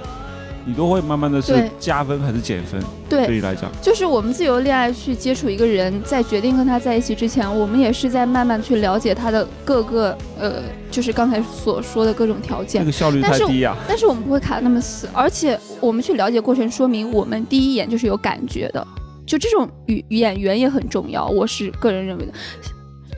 B: 你都会慢慢的是
G: 对
B: 加分还是减分？
G: 对
B: 对你来讲，
G: 就是我们自由恋爱去接触一个人，在决定跟他在一起之前，我们也是在慢慢去了解他的各个呃，就是刚才所说的各种条
B: 那
G: 件
B: 个。效率
G: 但
B: 太
G: 是
B: 低呀、啊
G: 但是我们不会卡得那么死，而且我们去了解过程，说明我们第一眼就是有感觉的。就这种语演员也很重要，我是个人认为的，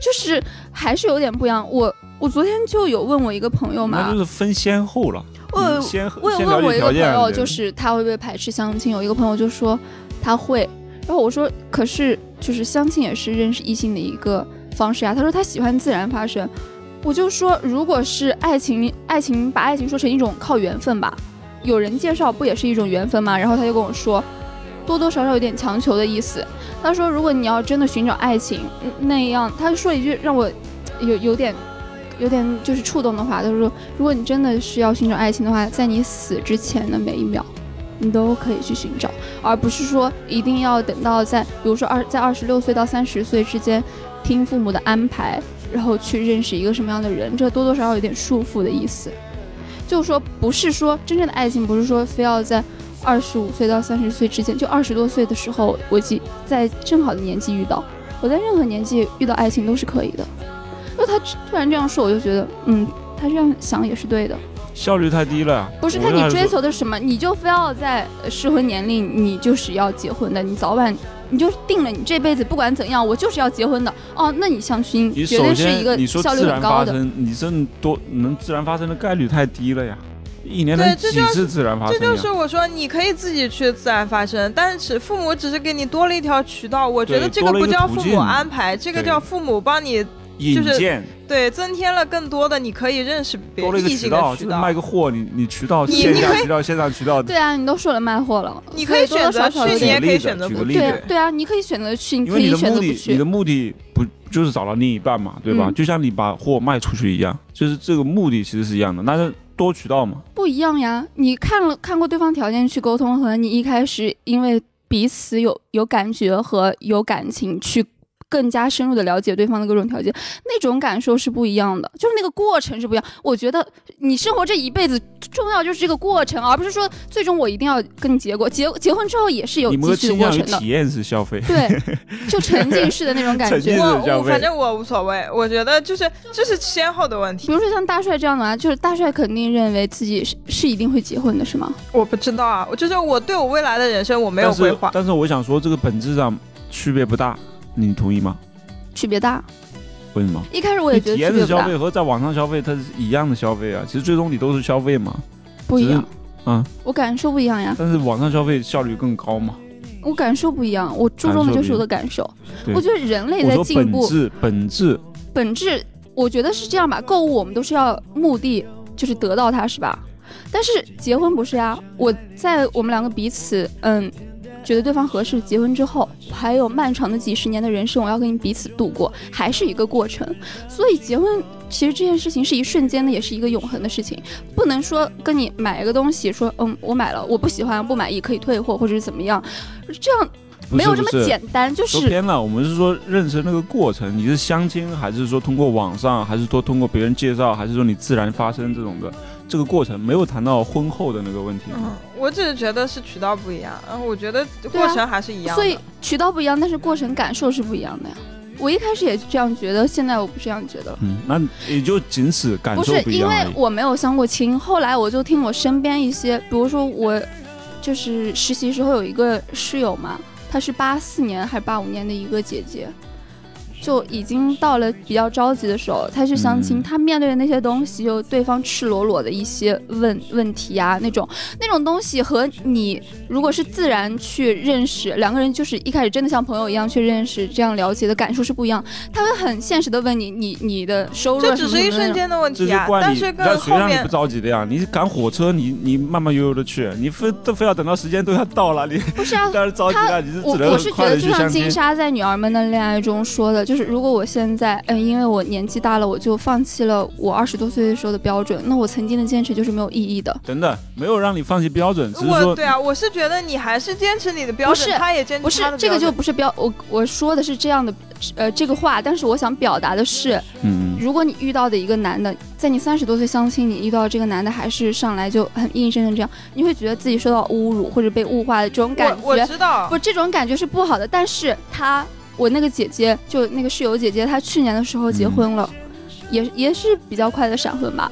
G: 就是还是有点不一样。我我昨天就有问我一个朋友嘛，
B: 那就是分先后了。
G: 我
B: 你先
G: 我有
B: 先
G: 问
B: 了
G: 我
B: 解
G: 一个
B: 条
G: 朋
B: 件，
G: 友，
B: 对
G: 就是他会不会排斥相亲？有一个朋友就说他会，然后我说可是就是相亲也是认识异性的一个方式啊。他说他喜欢自然发生，我就说如果是爱情，爱情把爱情说成一种靠缘分吧，有人介绍不也是一种缘分吗？然后他就跟我说。多多少少有点强求的意思。他说，如果你要真的寻找爱情，嗯那样，他就说一句让我有有点有点就是触动的话，他说，如果你真的是要寻找爱情的话，在你死之前的每一秒，你都可以去寻找，而不是说一定要等到在，比如说二在二十六岁到三十岁之间，听父母的安排，然后去认识一个什么样的人，这多多少少有点束缚的意思。就是说，不是说真正的爱情，不是说非要在二十五岁到三十岁之间，就二十多岁的时候，我记在正好的年纪遇到，我在任何年纪遇到爱情都是可以的。那他突然这样说，我就觉得，嗯，他这样想也是对的。
B: 效率太低了。
G: 不是
B: 我
G: 看
B: 觉得
G: 你
B: 还
G: 追
B: 说
G: 求的是什么，你就非要在呃适婚年龄，你就是要结婚的，你早晚你就定了，你这辈子不管怎样，我就是要结婚的。哦，那你相亲
B: 你
G: 绝
B: 首
G: 对是一
B: 先
G: 个
B: 你说
G: 效率
B: 自
G: 很
B: 然
G: 高
B: 发
G: 的。
B: 生，你这多能自然发生的概率太低了呀，一年
E: 对
B: 能
E: 这
B: 几
E: 就是
B: 次自然发生
E: 这
B: 呀？
E: 就是我说，你可以自己去自然发生，但是只父母只是给你多了一条渠道，我觉得
B: 对
E: 这个
B: 多了
E: 不
B: 一个
E: 叫
B: 途
E: 父母
B: 径
E: 安排，这个
B: 对
E: 叫父母帮你
B: 引
E: 就是
B: 荐
E: 对增添了更多的你可以认识别
B: 多了一个
E: 异
B: 渠
E: 性的
B: 道，
E: 渠
B: 就是
E: 道。
B: 卖个货，你你渠道
E: 你
B: 线
E: 你
B: 下
E: 可以
B: 渠道线上渠道，
G: 对啊，你都说了卖货了，
E: 你
G: 所
E: 可以
G: 多
E: 选
G: 多
E: 择
G: 少少
E: 去
G: 有
E: 你也
G: 点
E: 可以选择
B: 举
E: 不
B: 个例
G: 对啊
B: 子，
G: 对啊，你可以选择去，你
B: 因
G: 可
B: 为你
G: 以
B: 的
G: 选
B: 目
G: 择不
B: 的，你
G: 去
B: 的。目的不就是找到另一半嘛，对吧？
G: 嗯
B: 就像你把货卖出去一样，就是这个目的其实是一样的，但是多渠道嘛。
G: 不一样呀，你看了看过对方条件去沟通，和你一开始因为彼此有有感觉和有感情去更加深入的了解对方的各种条件，那种感受是不一样的，就是那个过程是不一样。我觉得你生活这一辈子重要就是这个过程，而不是说最终我一定要跟你结果结结婚之后也是有
B: 你们
G: 继
B: 更
G: 续
B: 倾
G: 的过
B: 向于
G: 程的
B: 体，验式消费，
G: 对，就沉浸式的那种感
B: 沉浸
G: 觉
B: 式。的
E: 我
B: 消
E: 我
B: 费
E: 反正我无所谓，我觉得就是就是先后的问题。
G: 比如说像大帅这样的啊，就是大帅肯定认为自己是是一定会结婚的，是吗？
E: 我不知道啊，我就是我对我未来的人生我没有
B: 但是
E: 规划。
B: 但是我想说，这个本质上区别不大，你同意吗？
G: 区别大。
B: 为什么？
G: 一开始我也觉得
B: 体
G: 区
B: 验
G: 别
B: 式
G: 不
B: 消
G: 大
B: 费，和在网上消费它是一样的消费啊，其实最终你都是消费嘛，
G: 不一样，
B: 啊、
G: 我感受不一样呀，
B: 但是网上消费效率更高嘛。
G: 我感受不一样，我注重的就是我的感受。
B: 对
G: 我觉得人类
B: 我
G: 在
B: 说
G: 进步
B: 本，质本质
G: 本质我觉得是这样吧，购物我们都是要目的就是得到它，是吧？但是结婚不是呀，我在我们两个彼此嗯觉得对方合适，结婚之后还有漫长的几十年的人生，我要跟你彼此度过，还是一个过程。所以结婚其实这件事情是一瞬间的，也是一个永恒的事情，不能说跟你买一个东西说嗯我买了我不喜欢不满意可以退货或者是怎么样，这样
B: 不
G: 没有
B: 是
G: 这
B: 不
G: 么
B: 是
G: 简单，就
B: 说
G: 是
B: 偏了，我们是说认识那个过程，你是相亲，还是说通过网上，还是说通过别人介绍，还是说你自然发生这种的这个过程，没有谈到婚后的那个问题。
G: 嗯
E: 嗯我只是觉得是渠道不一样，然后我觉得
G: 对啊
E: 过程还是一样的。
G: 所以渠道不一样，但是过程感受是不一样的呀。我一开始也这样觉得，现在我不这样觉得了。
B: 嗯，那也就仅此感
G: 不
B: 受
G: 是
B: 一
G: 因
B: 样
G: 为
B: 而已。
G: 我没有相过亲，后来我就听我身边一些，比如说我就是实习时候有一个室友嘛，她是八四年还是八五年的一个姐姐，就已经到了比较着急的时候，她去相亲，
B: 嗯
G: 她面对的那些东西，有对方赤裸裸的一些问问题啊，那种那种东西和你如果是自然去认识两个人，就是一开始真的像朋友一样去认识，这样了解的感受是不一样。他会很现实的问你，你你的收入
E: 这
G: 啊
E: 只
G: 什么
E: 是一
G: 什么那
E: 瞬
G: 种
E: 间的问
B: 这
E: 题
B: 就
E: 啊，
B: 怪
E: 但
B: 你，
E: 是
B: 那
E: 跟
B: 谁
E: 后
B: 让你
E: 面
B: 不着急的呀？你赶火车，你你慢慢悠悠的去，你非都非要等到时间都要到了，你，
G: 不是啊
B: 当然着急
G: 他
B: 了，你是
G: 我
B: 只能
G: 我是
B: 很
G: 觉
B: 快
G: 得
B: 的
G: 就
B: 去
G: 像
B: 相亲
G: 金。莎在《女儿们的恋爱》中说的，就是如果我现在嗯，因为我年纪大了，我就放弃了我二十多岁的时候的标准，那我曾经的坚持就是没有意义的。
B: 等等，没有让你放弃标准，只是
E: 我
B: 说
E: 对啊，我是觉得你还是坚持你的标
G: 不
E: 准，
G: 是
E: 他也坚
G: 不
E: 持
G: 是
E: 他的标准。
G: 这个就不是标，我我说的是这样的，呃，这个话，但是我想表达的是，
B: 嗯，
G: 如果你遇到的一个男的，在你三十多岁相亲，你遇到这个男的还是上来就很硬生生这样，你会觉得自己受到侮辱或者被物化的这种感觉，
E: 我我知
B: 哦
E: 道
G: 不，这种感觉是不好的。但是她，我那个姐姐，就那个室友姐姐，她去年的时候结婚了，
B: 嗯
G: 也也是比较快的闪婚吧。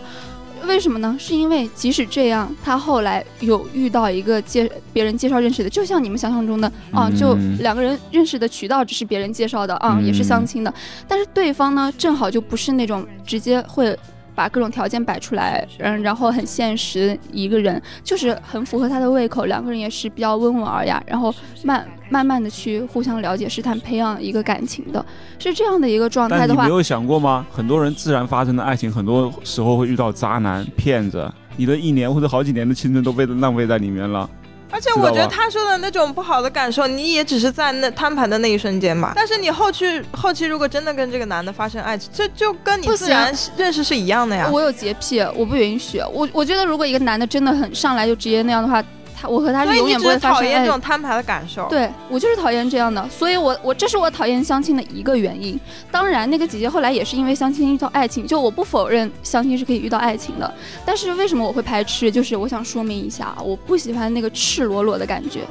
G: 为什么呢？是因为即使这样，她后来有遇到一个介别人介绍认识的，就像你们想象中的啊，
B: 嗯
G: 就两个人认识的渠道只是别人介绍的啊，
B: 嗯
G: 也是相亲的。但是对方呢，正好就不是那种直接会把各种条件摆出来，嗯，然后很现实一个人，就是很符合他的胃口。两个人也是比较温文尔雅，然后慢慢慢的去互相了解、试探、培养一个感情的，是这样的一个状态
B: 但
G: 的
B: 你
G: 话
B: 没，有想过吗？很多人自然发生的爱情，很多时候会遇到渣男、骗子，你的一年或者好几年的青春都被浪费在里面了。
E: 而且
B: 知
E: 我
B: 道
E: 觉得
B: 吧
E: 他说的那种不好的感受，你也只是在那摊牌的那一瞬间嘛。但是你后期后期如果真的跟这个男的发生爱情，这就跟你
G: 不
E: 自然
G: 行
E: 认识是一样的呀。
G: 我有洁癖，我不允许。我我觉得如果一个男的真的很上来就直接那样的话，他我和他
E: 所
G: 是
E: 以
G: 永
E: 你
G: 远
E: 只
G: 不会
E: 是
G: 发
E: 讨
G: 生
E: 厌
G: 爱
E: 这种摊牌的感受。
G: 对我就是讨厌这样的，所以我我这是我讨厌相亲的一个原因。当然，那个姐姐后来也是因为相亲遇到爱情，就我不否认相亲是可以遇到爱情的，但是为什么我会排斥？就是我想说明一下，我不喜欢那个赤裸裸的感觉。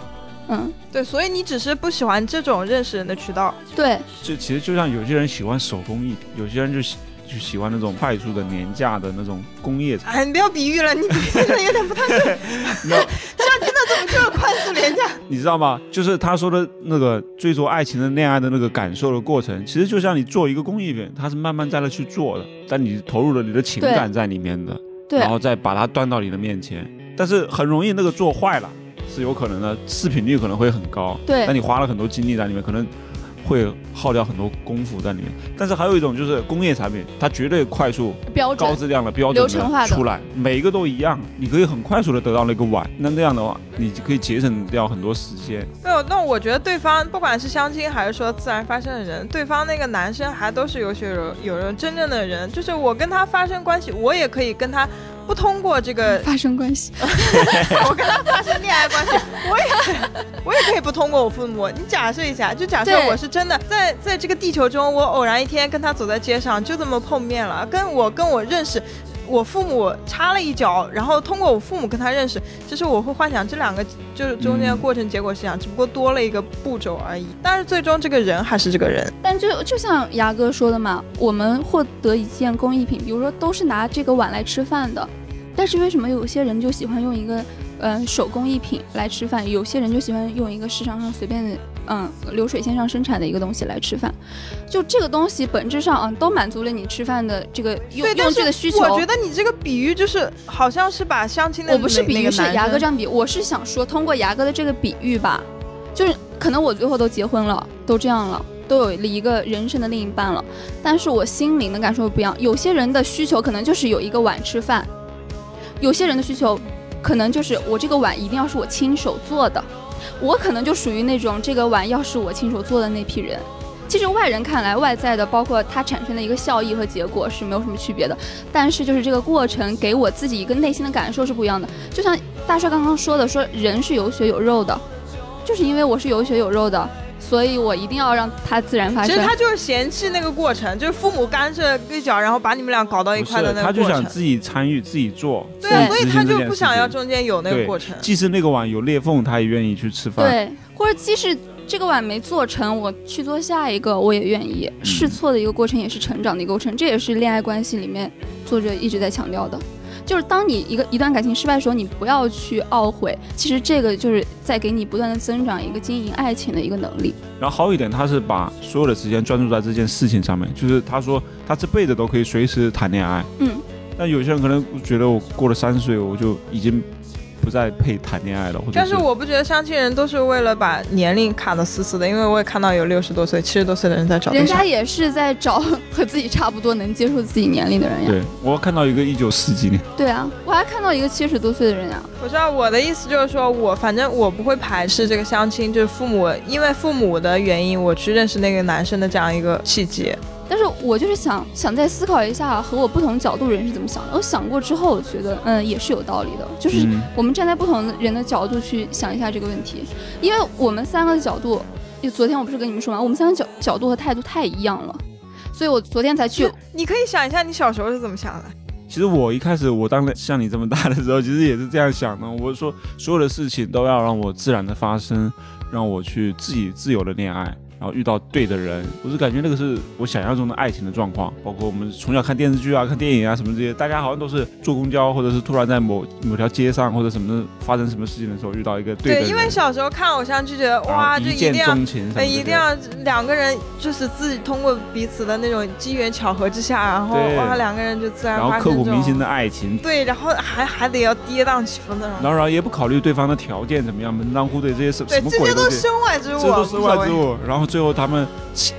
G: 嗯，
E: 对，所以你只是不喜欢这种认识人的渠道。
G: 对，
B: 就其实就像有些人喜欢手工艺，有些人就喜就喜欢那种快速的廉价的那种工业
G: 啊
B: 产
E: 哎，你不要比喻了，你比喻的有点不太 对。夏天的怎么就是快速廉价？
B: 你知道吗？就是他说的那个追逐爱情的恋爱的那个感受的过程，其实就像你做一个公益片，它是慢慢在那去做的，但你投入了你的情感在里面的，
G: 对
B: 然后再把它端到你的面前，但是很容易那个做坏了是有可能的，视频率可能会很高，
G: 对
B: 但你花了很多精力在里面，可能会耗掉很多功夫在里面。但是还有一种就是工业产品，它绝对快速、
G: 标准
B: 高质量的标准
G: 流程化的
B: 出来，每一个都一样，你可以很快速的得到那个碗。那那样的话，你就可以节省掉很多时间。
E: 没有，那我觉得对方不管是相亲还是说自然发生的人，对方那个男生还都是有血有有肉，真正的人，就是我跟他发生关系，我也可以跟他不通过这个
G: 发生关系，
E: 我跟他发生恋爱关系，我也 我也可以不通过我父母。你假设一下，就假设
G: 对
E: 我是真的在在这个地球中，我偶然一天跟他走在街上，就这么碰面了，跟我跟我认识。我父母插了一脚，然后通过我父母跟他认识，就是我会幻想这两个就是中间的过程结果是这样，只不过多了一个步骤而已。但是最终这个人还是这个人，
G: 但就就像牙哥说的嘛，我们获得一件工艺品，比如说都是拿这个碗来吃饭的，但是为什么有些人就喜欢用一个嗯、呃手工艺品来吃饭，有些人就喜欢用一个市场上随便嗯流水线上生产的一个东西来吃饭？就这个东西本质上嗯都满足了你吃饭的这个用
E: 对，但
G: 用
E: 是
G: 具的需求。
E: 我觉得你这个比喻就是好像是把相亲的
G: 我不是
E: 那
G: 比
E: 那
G: 喻，
E: 个
G: 是
E: 男
G: 牙哥
E: 生
G: 这样比，我是想说通过牙哥的这个比喻吧，就是可能我最后都结婚了，都这样了。都有了一个人生的另一半了，但是我心灵的感受不一样。有些人的需求可能就是有一个碗吃饭，有些人的需求可能就是我这个碗一定要是我亲手做的，我可能就属于那种这个碗要是我亲手做的那批人。其实外人看来，外在的包括它产生的一个效益和结果是没有什么区别的，但是就是这个过程给我自己一个内心的感受是不一样的。就像大帅刚刚说的，说人是有血有肉的，就是因为我是有血有肉的，所以我一定要让它自然发
E: 其
G: 生。
E: 实他就是嫌弃那个过程，就是父母干涉一脚，然后把你们俩搞到一
B: 不是
E: 块的，那
B: 他
E: 个
B: 就
E: 过
B: 想
E: 程。
B: 自己参与、自己做，
E: 对啊，
B: 自
E: 所
B: 己
E: 以
B: 执行
E: 他就
B: 这件
E: 不
B: 事
E: 想要
B: 情
E: 中间有那个
B: 对
E: 过程。
B: 即使那个碗有裂缝，他也愿意去吃饭。
G: 对，或者即使这个碗没做成，我去做下一个，我也愿意。
B: 嗯
G: 试错的一个过程，也是成长的一个过程，这也是恋爱关系里面作者一直在强调的。就是当你一个一段感情失败的时候，你不要去懊悔，其实这个就是在给你不断的增长一个经营爱情的一个能力。
B: 然后好一点，他是把所有的时间专注在这件事情上面，就是他说他这辈子都可以随时谈恋爱。
G: 嗯。
B: 但有些人可能觉得我过了三十岁，我就已经不再配谈恋爱了，或者
E: 但是我不觉得相亲人都是为了把年龄卡得死死的，因为我也看到有六十多岁、七十多岁的人在找对
G: 人
E: 象
G: 家。也是在找和自己差不多能接受自己年龄的人呀。
B: 对我看到一个一九四几年，
G: 对啊，我还看到一个七十多岁的人呀。
E: 我知道我的意思就是说，我反正我不会排斥这个相亲，就是父母因为父母的原因，我去认识那个男生的这样一个契机。
G: 但是我就是想想再思考一下和我不同角度人是怎么想的。我想过之后，我觉得嗯也是有道理的，就是
B: 嗯
G: 我们站在不同的人的角度去想一下这个问题，因为我们三个角度，就昨天我不是跟你们说吗？我们三个角角度和态度太一样了，所以我昨天才去
E: 你可以想一下，你小时候是怎么想的？
B: 其实我一开始我当像你这么大的时候，其实也是这样想的。我说所有的事情都要让我自然的发生，让我去自己自由的恋爱，然后遇到对的人。我是感觉那个是我想象中的爱情的状况。包括我们从小看电视剧啊、看电影啊什么这些，大家好像都是坐公交，或者是突然在某某条街上或者什么的发生什么事情的时候遇到一个的人，
E: 因为小时候看偶像剧，觉得
B: 然后
E: 哇，这
B: 一
E: 一定
B: 见
E: 要
B: 钟情什么
E: 那
B: 的，
E: 哎一定要两个人就是自己通过彼此的那种机缘巧合之下，然后
B: 对
E: 哇，两个人就自然
B: 然后
E: 发
B: 刻
E: 生
B: 骨
E: 这
B: 铭心
E: 种
B: 的爱情，
E: 对，然后还还得要跌宕起伏那
B: 然后
E: 种，
B: 然后也不考虑对方的条件怎么样，门当户对这些什
E: 对，
B: 什么
E: 这
B: 鬼
E: 些
B: 东
E: 都
B: 西
E: 是。身外之物，
B: 这都是
E: 无
B: 外
E: 所
B: 之
E: 谓。
B: 物。然后最后他们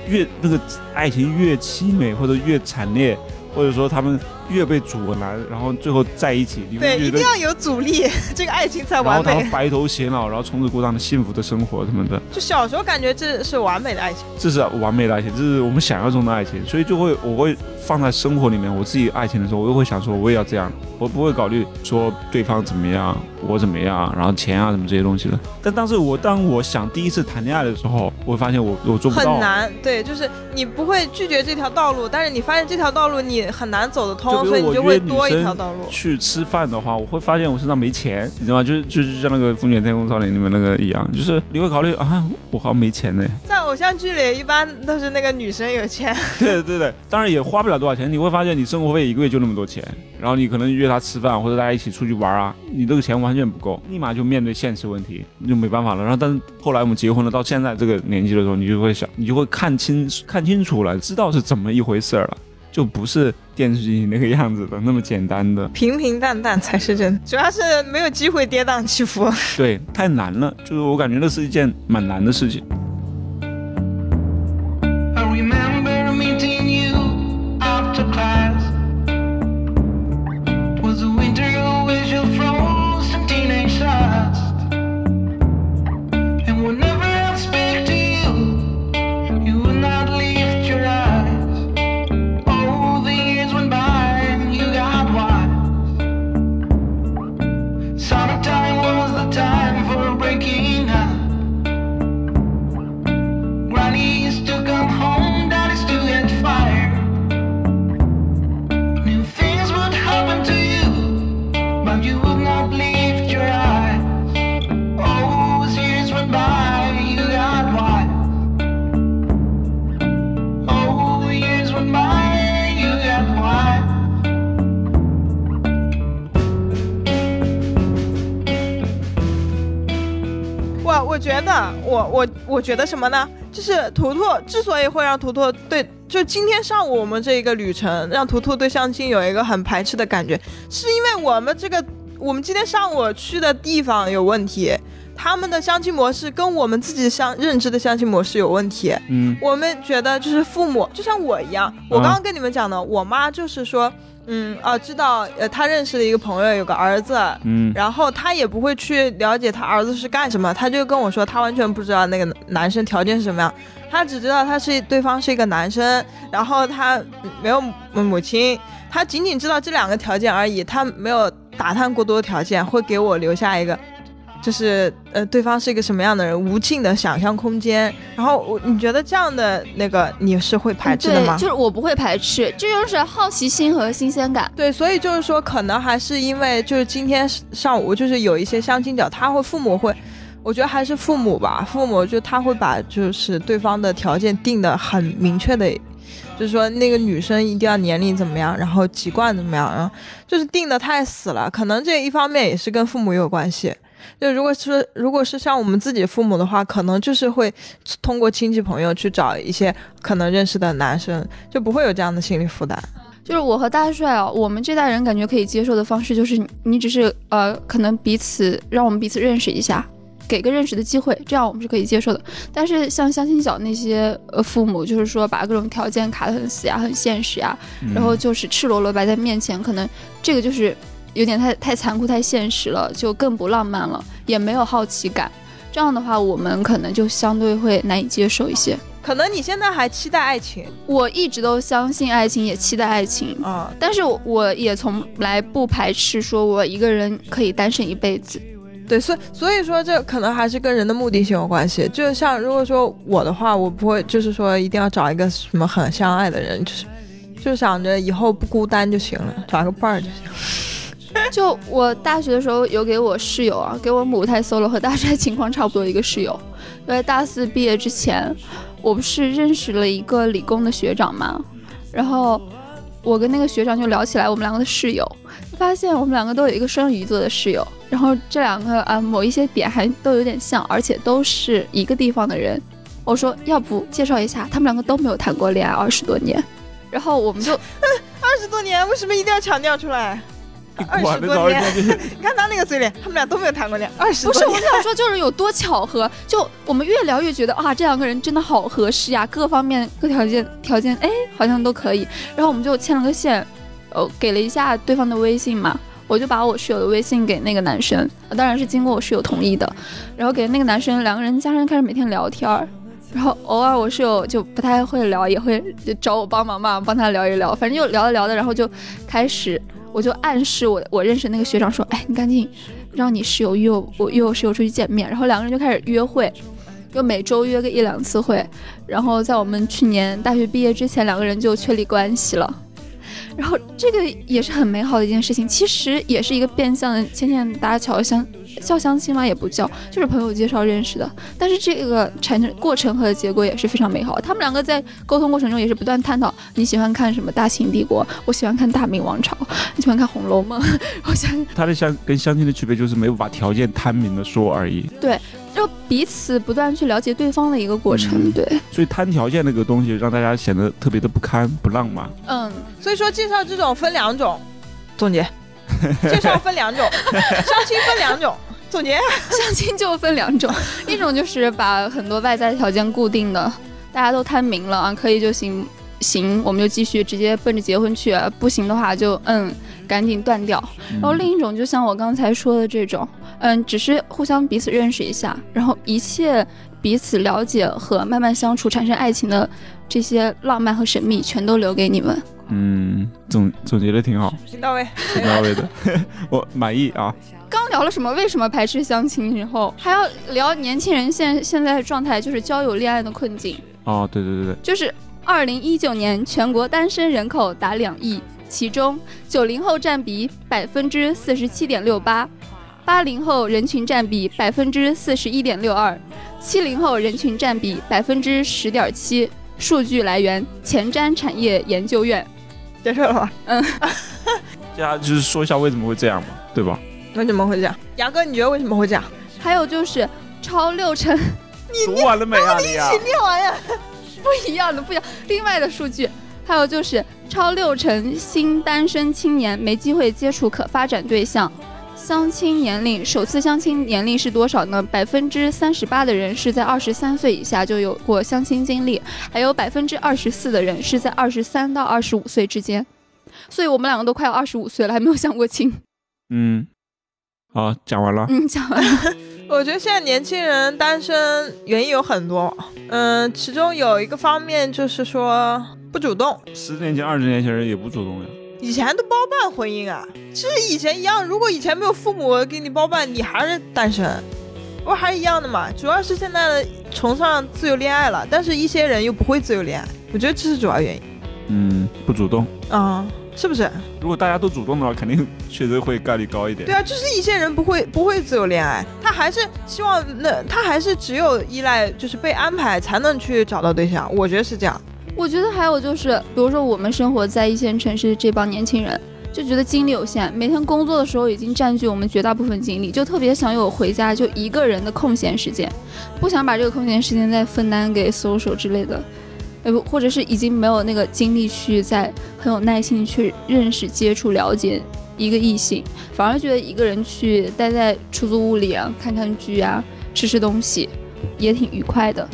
B: 越那个爱情越凄美，或者越惨烈，或者说他们越被阻拦，然后最后在一起，你
E: 对，
B: 会觉
E: 一
B: 得
E: 定，要有阻力， 这个爱情才
B: 然后
E: 完
B: 他
E: 美
B: 们。白头偕老，然后从此过上了幸福的生活什么的，
E: 就小时候感觉这是完美的爱情，
B: 这是完美的爱情，这是我们想象中的爱情。所以就会我会放在生活里面，我自己爱情的时候，我就会想说我也要这样，我不会考虑说对方怎么样，我怎么样，然后钱啊什么这些东西的。但当时我当我想第一次谈恋爱的时候，我发现我我做不
E: 很
B: 到。啊
E: 难。对，就是你不会拒绝这条道路，但是你发现这条道路你很难走得通，哦
B: 就
E: 所
B: 比
E: 以
B: 如
E: 你
B: 我
E: 就会
B: 约女
E: 多一条
B: 生
E: 道路
B: 去吃饭的话，我会发现我身上没钱，你知道吗？就是就是像那个《风卷天空少年》里面那个一样，就是你会考虑啊，我好像没钱呢。
E: 在偶像剧里一般都是那个女生有钱，
B: 对对对，当然也花不了多少钱，你会发现你生活费一个月就那么多钱，然后你可能约她吃饭或者大家一起出去玩啊，你这个钱完全不够，立马就面对现实问题，就没办法了。然后但是后来我们结婚了，到现在这个年纪的时候，你就会想，你就会看清看清楚了，知道是怎么一回事儿了，就不是电视剧里那个样子的那么简单的。
E: 平平淡淡才是真， 主要是没有机会跌宕起伏。
B: 对，太难了，就是我感觉那是一件蛮难的事情。
K: I remember meeting you after class. Was a winter in which you frozen teenage lust. And whenever I speak to you, you would not lift your eyes. Oh, the years went by and you got wise. Summertime was the time for breaking up. Granny used to come home, Dad used to get fired. New things would happen to you, but you would not lift your eyes. Oh, as years went by, you got wise. Oh, years went by, you got wise.
E: 我我觉得，我我我觉得什么呢？就是图图之所以会让图图对，就今天上午我们这一个旅程，让图图对相亲有一个很排斥的感觉，是因为我们这个我们今天上午去的地方有问题，他们的相亲模式跟我们自己相认知的相亲模式有问题。
B: 嗯
E: 我们觉得就是父母，就像我一样，我刚刚跟你们讲的，我妈就是说，嗯啊，知道呃，她认识的一个朋友有个儿子，
B: 嗯
E: 然后她也不会去了解她儿子是干什么，她就跟我说，她完全不知道那个男生条件是什么样，她只知道他是对方是一个男生，然后他嗯没有母母亲，她仅仅知道这两个条件而已，她没有打探过多的条件，会给我留下一个就是呃，对方是一个什么样的人，无尽的想象空间。然后我你觉得这样的那个你是会排斥的
G: 嗯对
E: 吗？，
G: 就是我不会排斥，这就是好奇心和新鲜感。
E: 对，所以就是说，可能还是因为就是今天上午就是有一些相亲角，他会父母会，我觉得还是父母吧，父母就他会把就是对方的条件定的很明确的，就是说那个女生一定要年龄怎么样，然后籍贯怎么样，然后就是定的太死了。可能这一方面也是跟父母有关系。就如果是如果是像我们自己父母的话，可能就是会通过亲戚朋友去找一些可能认识的男生，就不会有这样的心理负担。
G: 就是我和大帅啊，我们这代人感觉可以接受的方式就是你，你只是呃，可能彼此让我们彼此认识一下，给个认识的机会，这样我们是可以接受的。但是像相亲角那些呃父母，就是说把各种条件卡得很死呀，很现实呀，
B: 嗯
G: 然后就是赤裸裸摆在面前，可能这个就是有点太太残酷、太现实了，就更不浪漫了，也没有好奇感。这样的话，我们可能就相对会难以接受一些。
E: 可能你现在还期待爱情，
G: 我一直都相信爱情，也期待爱情
E: 啊。
G: 但是我我也从来不排斥说我一个人可以单身一辈子。
E: 对，所以所以说这可能还是跟人的目的性有关系。就像如果说我的话，我不会就是说一定要找一个什么很相爱的人，就是就想着以后不孤单就行了，找一个伴儿就行。
G: 就我大学的时候有给我室友啊，给我母胎 solo 和大帅情况差不多一个室友，因为大四毕业之前，我不是认识了一个理工的学长嘛，然后我跟那个学长就聊起来我们两个的室友，发现我们两个都有一个双鱼座的室友，然后这两个啊某一些点还都有点像，而且都是一个地方的人。我说要不介绍一下，他们两个都没有谈过恋爱二十多年，然后我们就
E: 二十多年为什么一定要强调出来？二十多年，你看他那个嘴脸，他们俩都没有谈过恋爱，二十
G: 不
E: 多
G: 是，
E: 年
G: 我想说就是有多巧合，就我们越聊越觉得啊，这两个人真的好合适呀、各方面各条件条件，哎，好像都可以。然后我们就牵了个线，呃，给了一下对方的微信嘛，我就把我室友的微信给那个男生，呃当然是经过我室友同意的。然后给那个男生，两个人加上开始每天聊天儿。然后偶尔我室友就不太会聊，也会就找我帮忙嘛，帮他聊一聊。反正就聊着聊着，然后就开始，我就暗示我我认识那个学长说，哎，你赶紧让你室友约我，我约我室友出去见面。然后两个人就开始约会，就每周约个一两次会。然后在我们去年大学毕业之前，两个人就确立关系了。然后这个也是很美好的一件事情，其实也是一个变相的牵线搭桥相叫相亲嘛，也不叫，就是朋友介绍认识的。但是这个产生过程和结果也是非常美好。他们两个在沟通过程中也是不断探讨你喜欢看什么《大秦帝国》，我喜欢看《大明王朝》，你喜欢看《红楼梦》， 我喜欢
B: 他的相跟相亲的区别就是没有把条件摊明的说而已。
G: 对，让彼此不断去了解对方的一个过程。对，
B: 所以摊条件那个东西让大家显得特别的不堪不浪漫。
G: 嗯，
E: 所以说介绍这种分两种，总结， 介绍分两 种，相亲分两种，总结，
G: 相亲就分两种，一种就是把很多外在条件固定的，大家都摊明了啊，可以就行，行我们就继续直接奔着结婚去，啊不行的话就嗯赶紧断掉。
B: 嗯
G: 然后哦另一种就像我刚才说的这种，嗯，只是互相彼此认识一下，然后一切彼此了解和慢慢相处产生爱情的这些浪漫和神秘，全都留给你们。
B: 嗯，总总结的挺 好，
E: 挺到位，
B: 挺到位的， 我满意啊。
G: 刚聊了什么？为什么排斥相亲？然后还要聊年轻人现现在的状态，就是交友恋爱的困境。
B: 哦，对对对对，
G: 就是二零一九年全国单身人口达两亿，其中九零后占比百分之四十七点六八，八零后人群占比百分之四十一点六二，七零后人群占比百分之十点七。数据来源：前瞻产业研究院。
E: 接受了吗？
G: 嗯，
B: 大家就是说一下为什么会这样嘛，对吧？
E: 为什么会这样？杨哥，你觉得为什么会这样？
G: 还有就是超六成，
B: 读完了没啊你啊
E: 一？起念完呀，
G: 不一样的，不一样。另外的数据，还有就是超六成新单身青年没机会接触可发展对象。相亲年龄，首次相亲年龄是多少呢？百分之三十八的人是在二十三岁以下就有过相亲经历，还有百分之二十四的人是在二十三到二十五岁之间。所以我们两个都快要二十五岁了，还没有相过亲。
B: 嗯，好，讲完了。
G: 嗯，讲完了。
E: 我觉得现在年轻人单身原因有很多，嗯，其中有一个方面就是说不主动，
B: 十年前、二十年前人也不主动呀。
E: 以前都包办婚姻啊，其实以前一样。如果以前没有父母给你包办，你还是单身，不还是一样的嘛？主要是现在的崇尚自由恋爱了，但是一些人又不会自由恋爱，我觉得这是主要原因
B: 嗯，不主动。
E: 啊、是不是？
B: 如果大家都主动的话，肯定确实会概率高一点。
E: 对啊，就是一些人不会不会自由恋爱，他还是希望那他还是只有依赖就是被安排才能去找到对象，我觉得是这样。
G: 我觉得还有就是，比如说我们生活在一线城市，这帮年轻人就觉得精力有限，每天工作的时候已经占据我们绝大部分精力，就特别想有回家就一个人的空闲时间，不想把这个空闲时间再分担给 social 之类的，呃，不，或者是已经没有那个精力去再很有耐心地去认识、接触、了解一个异性，反而觉得一个人去待在出租屋里啊，看看剧啊，吃吃东西，也挺愉快的。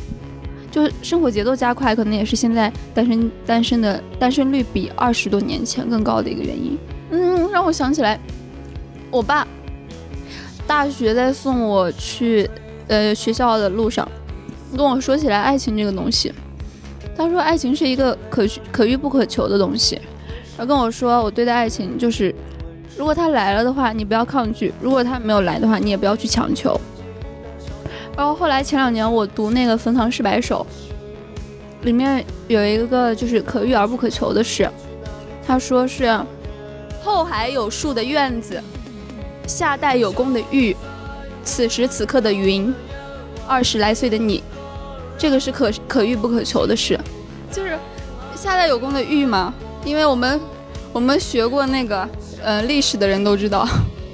G: 就是生活节奏加快，可能也是现在单身单身的单身率比二十多年前更高的一个原因。嗯，让我想起来，我爸大学在送我去呃学校的路上，跟我说起来爱情这个东西，他说爱情是一个可遇可遇不可求的东西，然后跟我说我对待爱情就是，如果他来了的话，你不要抗拒；如果他没有来的话，你也不要去强求。然后后来前两年我读那个《冯唐诗百首》，里面有一个就是可遇而不可求的事，他说是后海有树的院子，夏代有功的玉，此时此刻的云，二十来岁的你，这个是可可遇不可求的事，就是夏代有功的玉嘛，因为我们我们学过那个呃历史的人都知道，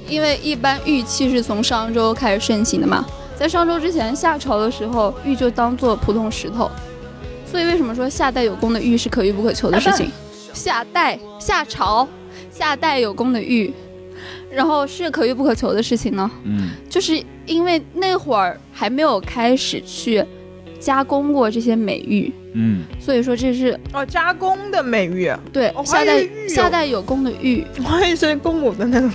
G: 因为一般玉器是从商周开始盛行的嘛，在商周之前夏朝的时候，玉就当做普通石头，所以为什么说夏代有功的玉是可遇不可求的事 情？夏代、夏朝、夏代有功的玉，然后是可遇不可求的事情呢？
B: 嗯，
G: 就是因为那会儿还没有开始去加工过这些美玉，
B: 嗯，
G: 所以说这是
E: 哦，加工的美玉，
G: 对
E: 哦还
G: 夏
E: 有
G: 代
E: 玉哦
G: 夏代有功的玉，
E: 我还以为是公母的那种。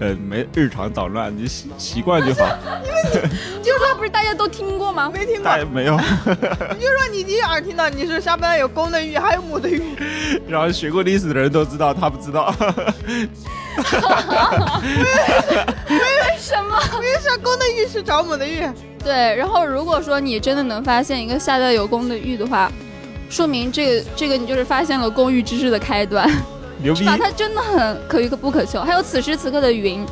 B: 呃，没日常捣乱，你习习惯就好。
G: 这句话不是大家都听过吗？
E: 没听过
B: 大，家没有，
E: 你就说你第一耳听到，你是下半有公的玉，还有母的玉，
B: 然后学过历史的人都知道，他不知道。
G: 为什么？
E: 我也是公的玉是找母的玉。
G: 对，然后如果说你真的能发现一个夏代有功的玉的话，说明这个这个你就是发现了公寓之士的开端。
B: 牛
G: 是吧？它真的很可遇不可求。还有此时此刻的云，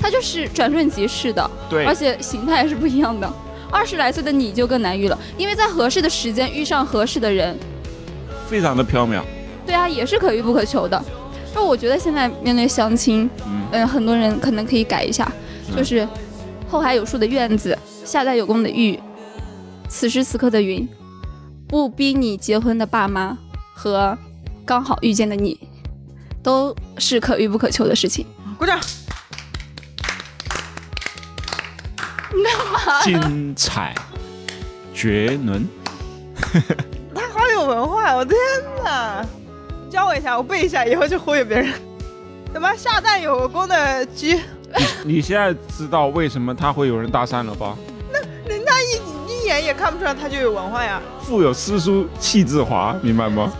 G: 它就是转瞬即逝的，
B: 对
G: 而且形态是不一样的。二十来岁的你就更难遇了，因为在合适的时间遇上合适的人，
B: 非常的缥缈。
G: 对啊，也是可遇不可求的。那我觉得现在面对相亲，呃
B: 嗯、
G: 很多人可能可以改一下，
B: 嗯
G: 就是后海有树的院子，夏在有功的玉，此时此刻的云，不逼你结婚的爸妈和刚好遇见的你，都是可遇不可求的事情。
E: 鼓掌。
G: 你干嘛？
B: 精彩绝伦，
E: 他好有文化，我天哪！教我一下，我背一下，以后就忽悠别人。什么下蛋有功的鸡，
B: 你现在知道为什么他会有人搭讪了吧？
E: 人家一一眼也看不出来他就有文化呀。
B: 腹有诗书气自华，明白吗？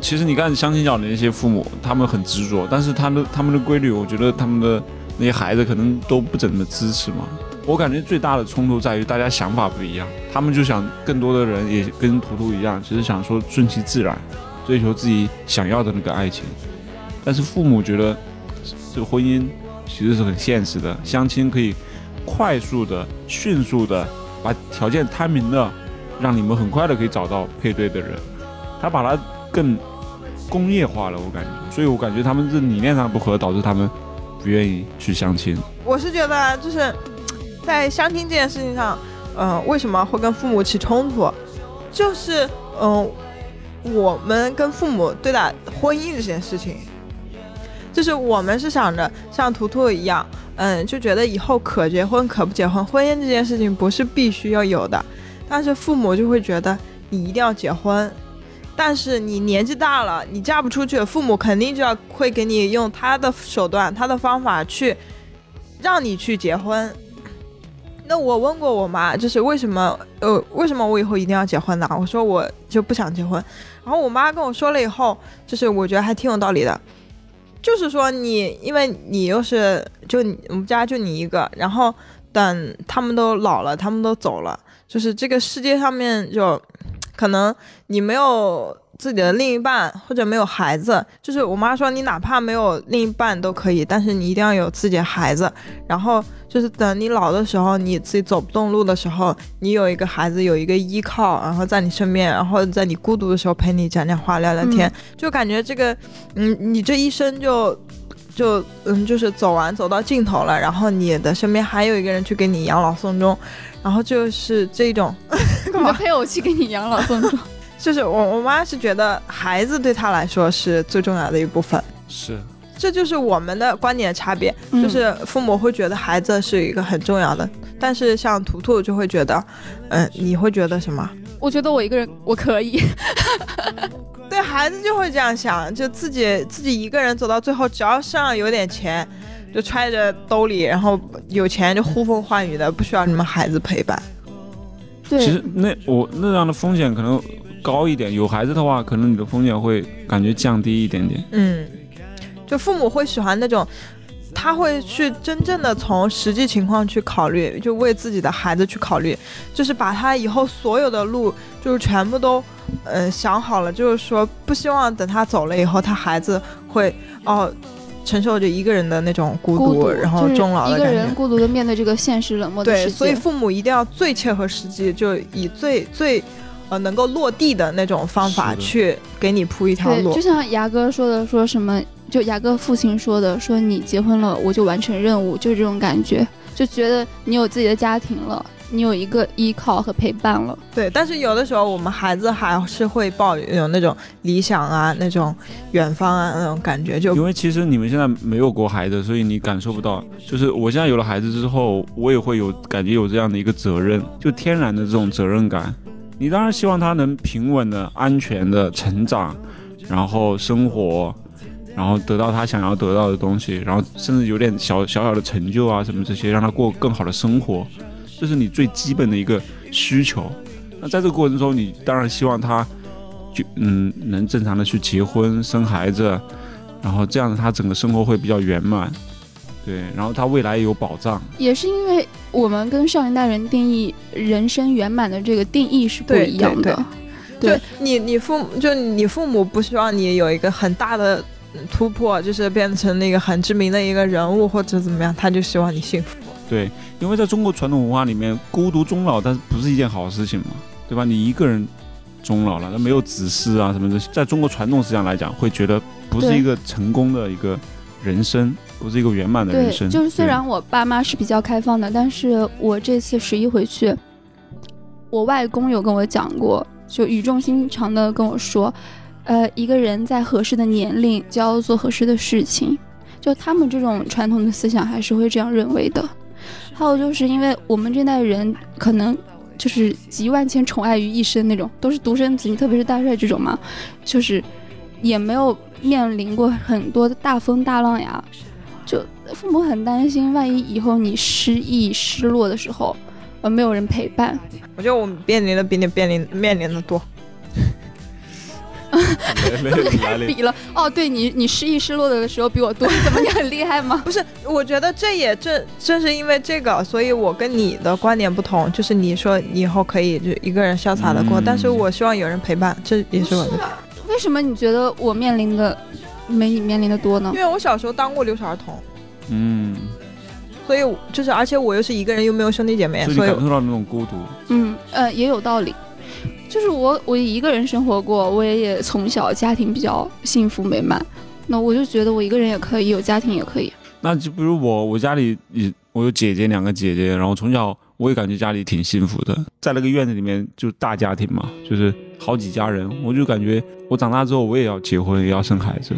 B: 其实你看相亲角的那些父母，他们很执着，但是他们他们的规律，我觉得他们的那些孩子可能都不怎么支持嘛。我感觉最大的冲突在于大家想法不一样，他们就想更多的人也跟图图一样，只是想说顺其自然，追求自己想要的那个爱情。但是父母觉得这个婚姻其实是很现实的，相亲可以快速的、迅速的把条件摊明了，让你们很快的可以找到配对的人。他把它更工业化了，我感觉，所以我感觉他们这理念上不合，导致他们不愿意去相亲。
E: 我是觉得啊就是在相亲这件事情上，嗯、为什么会跟父母起冲突？就是嗯、我们跟父母对待婚姻这件事情，就是我们是想着像图图一样，嗯，就觉得以后可结婚可不结婚，婚姻这件事情不是必须要有的，但是父母就会觉得你一定要结婚。但是你年纪大了，你嫁不出去，父母肯定就要会给你用他的手段、他的方法去让你去结婚。那我问过我妈，就是为什么呃为什么我以后一定要结婚呢？我说我就不想结婚。然后我妈跟我说了以后，就是我觉得还挺有道理的，就是说你因为你又是就你我们家就你一个，然后等他们都老了，他们都走了，就是这个世界上面就可能你没有自己的另一半或者没有孩子，就是我妈说你哪怕没有另一半都可以，但是你一定要有自己的孩子。然后就是等你老的时候，你自己走不动路的时候，你有一个孩子，有一个依靠，然后在你身边，然后在你孤独的时候陪你讲讲话、聊聊天，就感觉这个，嗯，你这一生就。就嗯，就是走完走到尽头了，然后你的身边还有一个人去给你养老送终，然后就是这种，
G: 你的配偶去给你养老 送终。
E: 就是我我妈是觉得孩子对她来说是最重要的一部分，
B: 是，
E: 这就是我们的观点差别，
G: 嗯
E: 就是父母会觉得孩子是一个很重要的，但是像图图就会觉得，嗯，你会觉得什么？
G: 我觉得我一个人我可以，
E: 对孩子就会这样想，就自己自己一个人走到最后，只要身上有点钱，就揣着兜里，然后有钱就呼风唤雨的，不需要你们孩子陪伴。
G: 对
B: 其实那我那样的风险可能高一点，有孩子的话，可能你的风险会感觉降低一点点。
E: 嗯，就父母会喜欢那种，他会去真正的从实际情况去考虑，就为自己的孩子去考虑，就是把他以后所有的路就是全部都，嗯、想好了，就是说不希望等他走了以后，他孩子会哦、承受着一个人的那种孤独，然后
G: 就是
E: 终老
G: 一
E: 的
G: 个
E: 感觉。
G: 人孤独的面对这个现实冷漠的世
E: 对，
G: 界。
E: 所以父母一定要最切合实际，就以最最呃能够落地的那种方法
G: 是的
E: 去给你铺一条
G: 对，
E: 路。
G: 就像牙哥说的，说什么就牙哥父亲说的，说你结婚了我就完成任务，就是这种感觉，就觉得你有自己的家庭了，你有一个依靠和陪伴了。
E: 对，但是有的时候我们孩子还是会抱有那种理想啊、那种远方啊那种感觉，就
B: 因为其实你们现在没有过孩子，所以你感受不到。就是我现在有了孩子之后，我也会有感觉有这样的一个责任，就天然的这种责任感。你当然希望他能平稳的、安全的成长，然后生活，然后得到他想要得到的东西，然后甚至有点小小小的成就啊什么这些，让他过更好的生活，这是你最基本的一个需求。那在这个过程中，你当然希望他就嗯能正常的去结婚、生孩子，然后这样他整个生活会比较圆满，对，然后他未来也有保障。
G: 也是因为我们跟上一代人定义人生圆满的这个定义是不
E: 对
G: 一样的，
E: 对对就你你父母就你父母不希望你有一个很大的嗯突破，就是变成那个很知名的一个人物或者怎么样，他就希望你幸福。
B: 对，因为在中国传统文化里面，孤独终老，但是不是一件好事情嘛，对吧？你一个人终老了，那没有子嗣啊什么的，在中国传统思想来讲，会觉得不是
G: 对
B: 一个成功的一个人生，不是一个圆满的
G: 对
B: 人生。，
G: 就是虽
B: 对
G: 然我爸妈是比较开放的，但是我这次十一回去，我外公有跟我讲过，就语重心长的跟我说，呃，一个人在合适的年龄就要做合适的事情，就他们这种传统的思想还是会这样认为的。还有就是因为我们这代人可能就是集万千宠爱于一身那种，都是独生子女，特别是大帅这种嘛，就是也没有面临过很多的大风大浪呀，就父母很担心，万一以后你失意、失落的时候，呃，没有人陪伴，
E: 我觉得我面临的比你面临面临的多。
B: 没有压力。
G: 比了哦， 对你，你失意、失落的时候比我多，怎么你很厉害吗？
E: 不是，我觉得这也正正是因为这个，所以我跟你的观点不同，就是你说你以后可以就一个人潇洒的过，但是我希望有人陪伴，这也是我啊的。
G: 为什么你觉得我面临的没你面临的多呢
E: 因？为我小时候当过留守儿童，
B: 嗯，
E: 所以我就是而且我又是一个人，又没有兄弟姐妹，
B: 所以你
E: 所以
B: 感受到那种孤独。
G: 嗯，呃，也有道理。就是我，我一个人生活过，我也也从小家庭比较幸福美满，那我就觉得我一个人也可以，有家庭也可以。
B: 那就比如我，我家里也我有姐姐两个姐姐，然后从小我也感觉家里挺幸福的，在那个院子里面就是大家庭嘛，就是好几家人，我就感觉我长大之后我也要结婚，也要生孩子，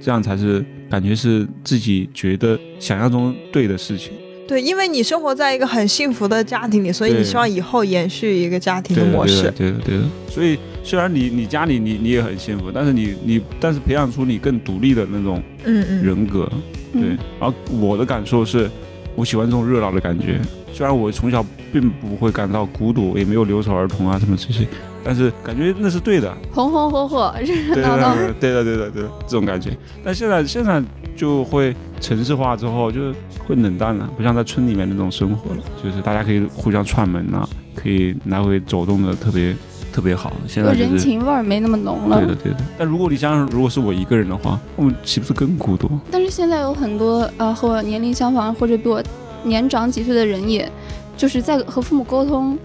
B: 这样才是感觉是自己觉得想象中对的事情。
E: 对，因为你生活在一个很幸福的家庭里，所以
B: 对
E: 你希望以后延续一个家庭
B: 对的
E: 模
B: 对的
E: 式。
B: 对的对的。所以虽然你你家里你你也很幸福，但是你你但是培养出你更独立的那种
E: 嗯嗯
B: 人格，
E: 嗯
B: 对。然后我的感受是，我喜欢这种热闹的感觉。虽然我从小并不会感到孤独，也没有留守儿童啊什么这些，但是感觉那是对的，
G: 红红火火，热
B: 对
G: 热闹闹。
B: 对对的对的对的这种感觉。但现在现在就会城市化之后，就会冷淡了，不像在村里面那种生活了，就是大家可以互相串门啊，可以来回走动的特别特别好。现在
G: 就
B: 就是
G: 人情味儿没那么浓了。
B: 对的对的。但如果你想想，如果是我一个人的话，我岂不是更孤独？
G: 但是现在有很多呃和我年龄相仿或者比我年长几岁的人也，就是在和父母沟通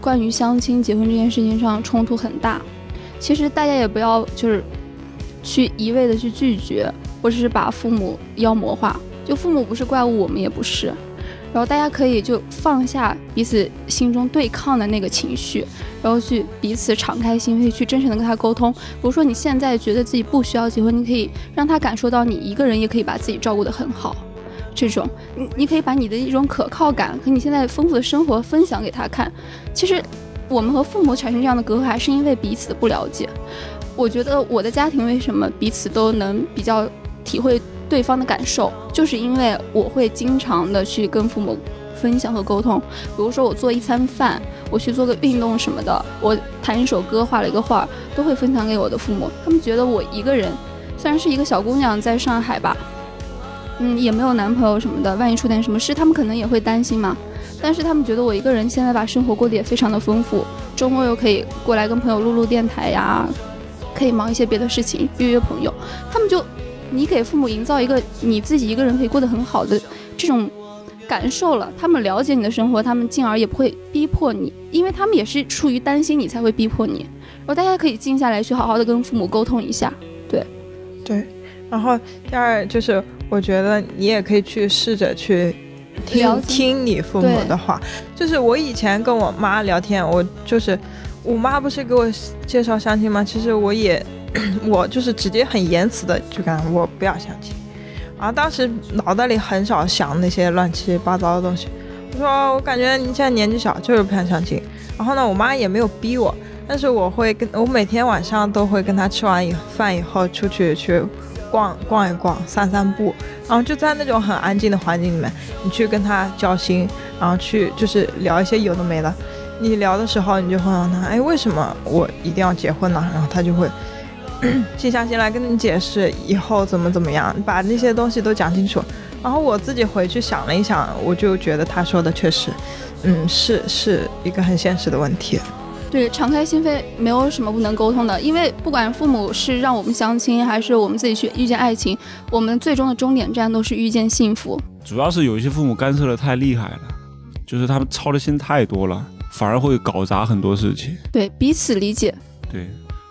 G: 关于相亲、结婚这件事情上冲突很大。其实大家也不要就是去一味的去拒绝，或者是把父母妖魔化。就父母不是怪物，我们也不是。然后大家可以就放下彼此心中对抗的那个情绪，然后去彼此敞开心扉，去真诚的跟他沟通。比如说你现在觉得自己不需要结婚，你可以让他感受到你一个人也可以把自己照顾得很好。这种，你你可以把你的一种可靠感和你现在丰富的生活分享给他看。其实，我们和父母产生这样的隔阂，还是因为彼此的不了解。我觉得我的家庭为什么彼此都能比较体会对方的感受，就是因为我会经常的去跟父母分享和沟通。比如说我做一餐饭，我去做个运动什么的，我弹一首歌，画了一个画，都会分享给我的父母。他们觉得我一个人，虽然是一个小姑娘在上海吧，嗯，也没有男朋友什么的，万一出点什么事，他们可能也会担心嘛。但是他们觉得我一个人现在把生活过得也非常的丰富，周末又可以过来跟朋友录录电台呀，可以忙一些别的事情，约约朋友。他们就，你给父母营造一个你自己一个人可以过得很好的这种感受了，他们了解你的生活，他们进而也不会逼迫你，因为他们也是出于担心你才会逼迫你。然后大家可以静下来去好好的跟父母沟通一下，对。
E: 对，然后第二就是，我觉得你也可以去试着去
G: 了
E: 听
G: 解
E: 听你父母的话。就是我以前跟我妈聊天，我就是我妈不是给我介绍相亲吗？其实我也 我就是直接很言辞的就跟她我不要相亲。然后当时脑袋里很少想那些乱七八糟的东西。我说我感觉你现在年纪小，就是不想相亲。然后呢，我妈也没有逼我，但是我会跟我每天晚上都会跟她吃完以饭以后出去去逛逛一逛，散散步，然后就在那种很安静的环境里面，你去跟她交心，然后去就是聊一些有的没的。你聊的时候，你就会问她，哎，为什么我一定要结婚呢？然后她就会静下心来跟你解释以后怎么怎么样，把那些东西都讲清楚。然后我自己回去想了一想，我就觉得他说的确实，嗯，是是一个很现实的问题。
G: 对，敞开心扉没有什么不能沟通的，因为不管父母是让我们相亲，还是我们自己去遇见爱情，我们最终的终点站都是遇见幸福。
B: 主要是有一些父母干涉的太厉害了，就是他们操的心太多了，反而会搞砸很多事情。
G: 对，彼此理解。
B: 对，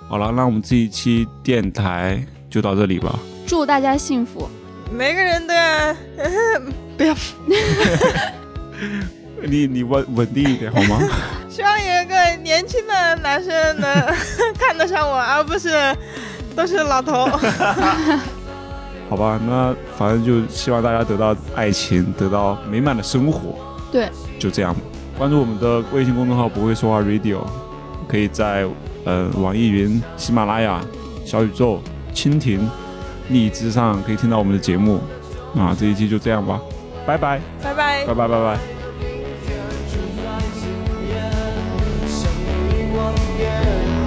B: 好了，那我们这一期电台就到这里吧。
G: 祝大家幸福。
E: 每个人的不要，
B: 你你稳稳定一点好吗？
E: 希望有一个年轻的男生能 看得上我，而不是都是老头。
B: 好吧，那反正就希望大家得到爱情，得到美满的生活，
G: 对，
B: 就这样吧。关注我们的微信公众号“不会说话 Radio”，可以在呃网易云、喜马拉雅、小宇宙、蜻蜓、荔枝上可以听到我们的节目。啊，这一期就这样吧，拜拜，
E: 拜拜
B: 拜拜，拜拜。
K: 相遇望眼。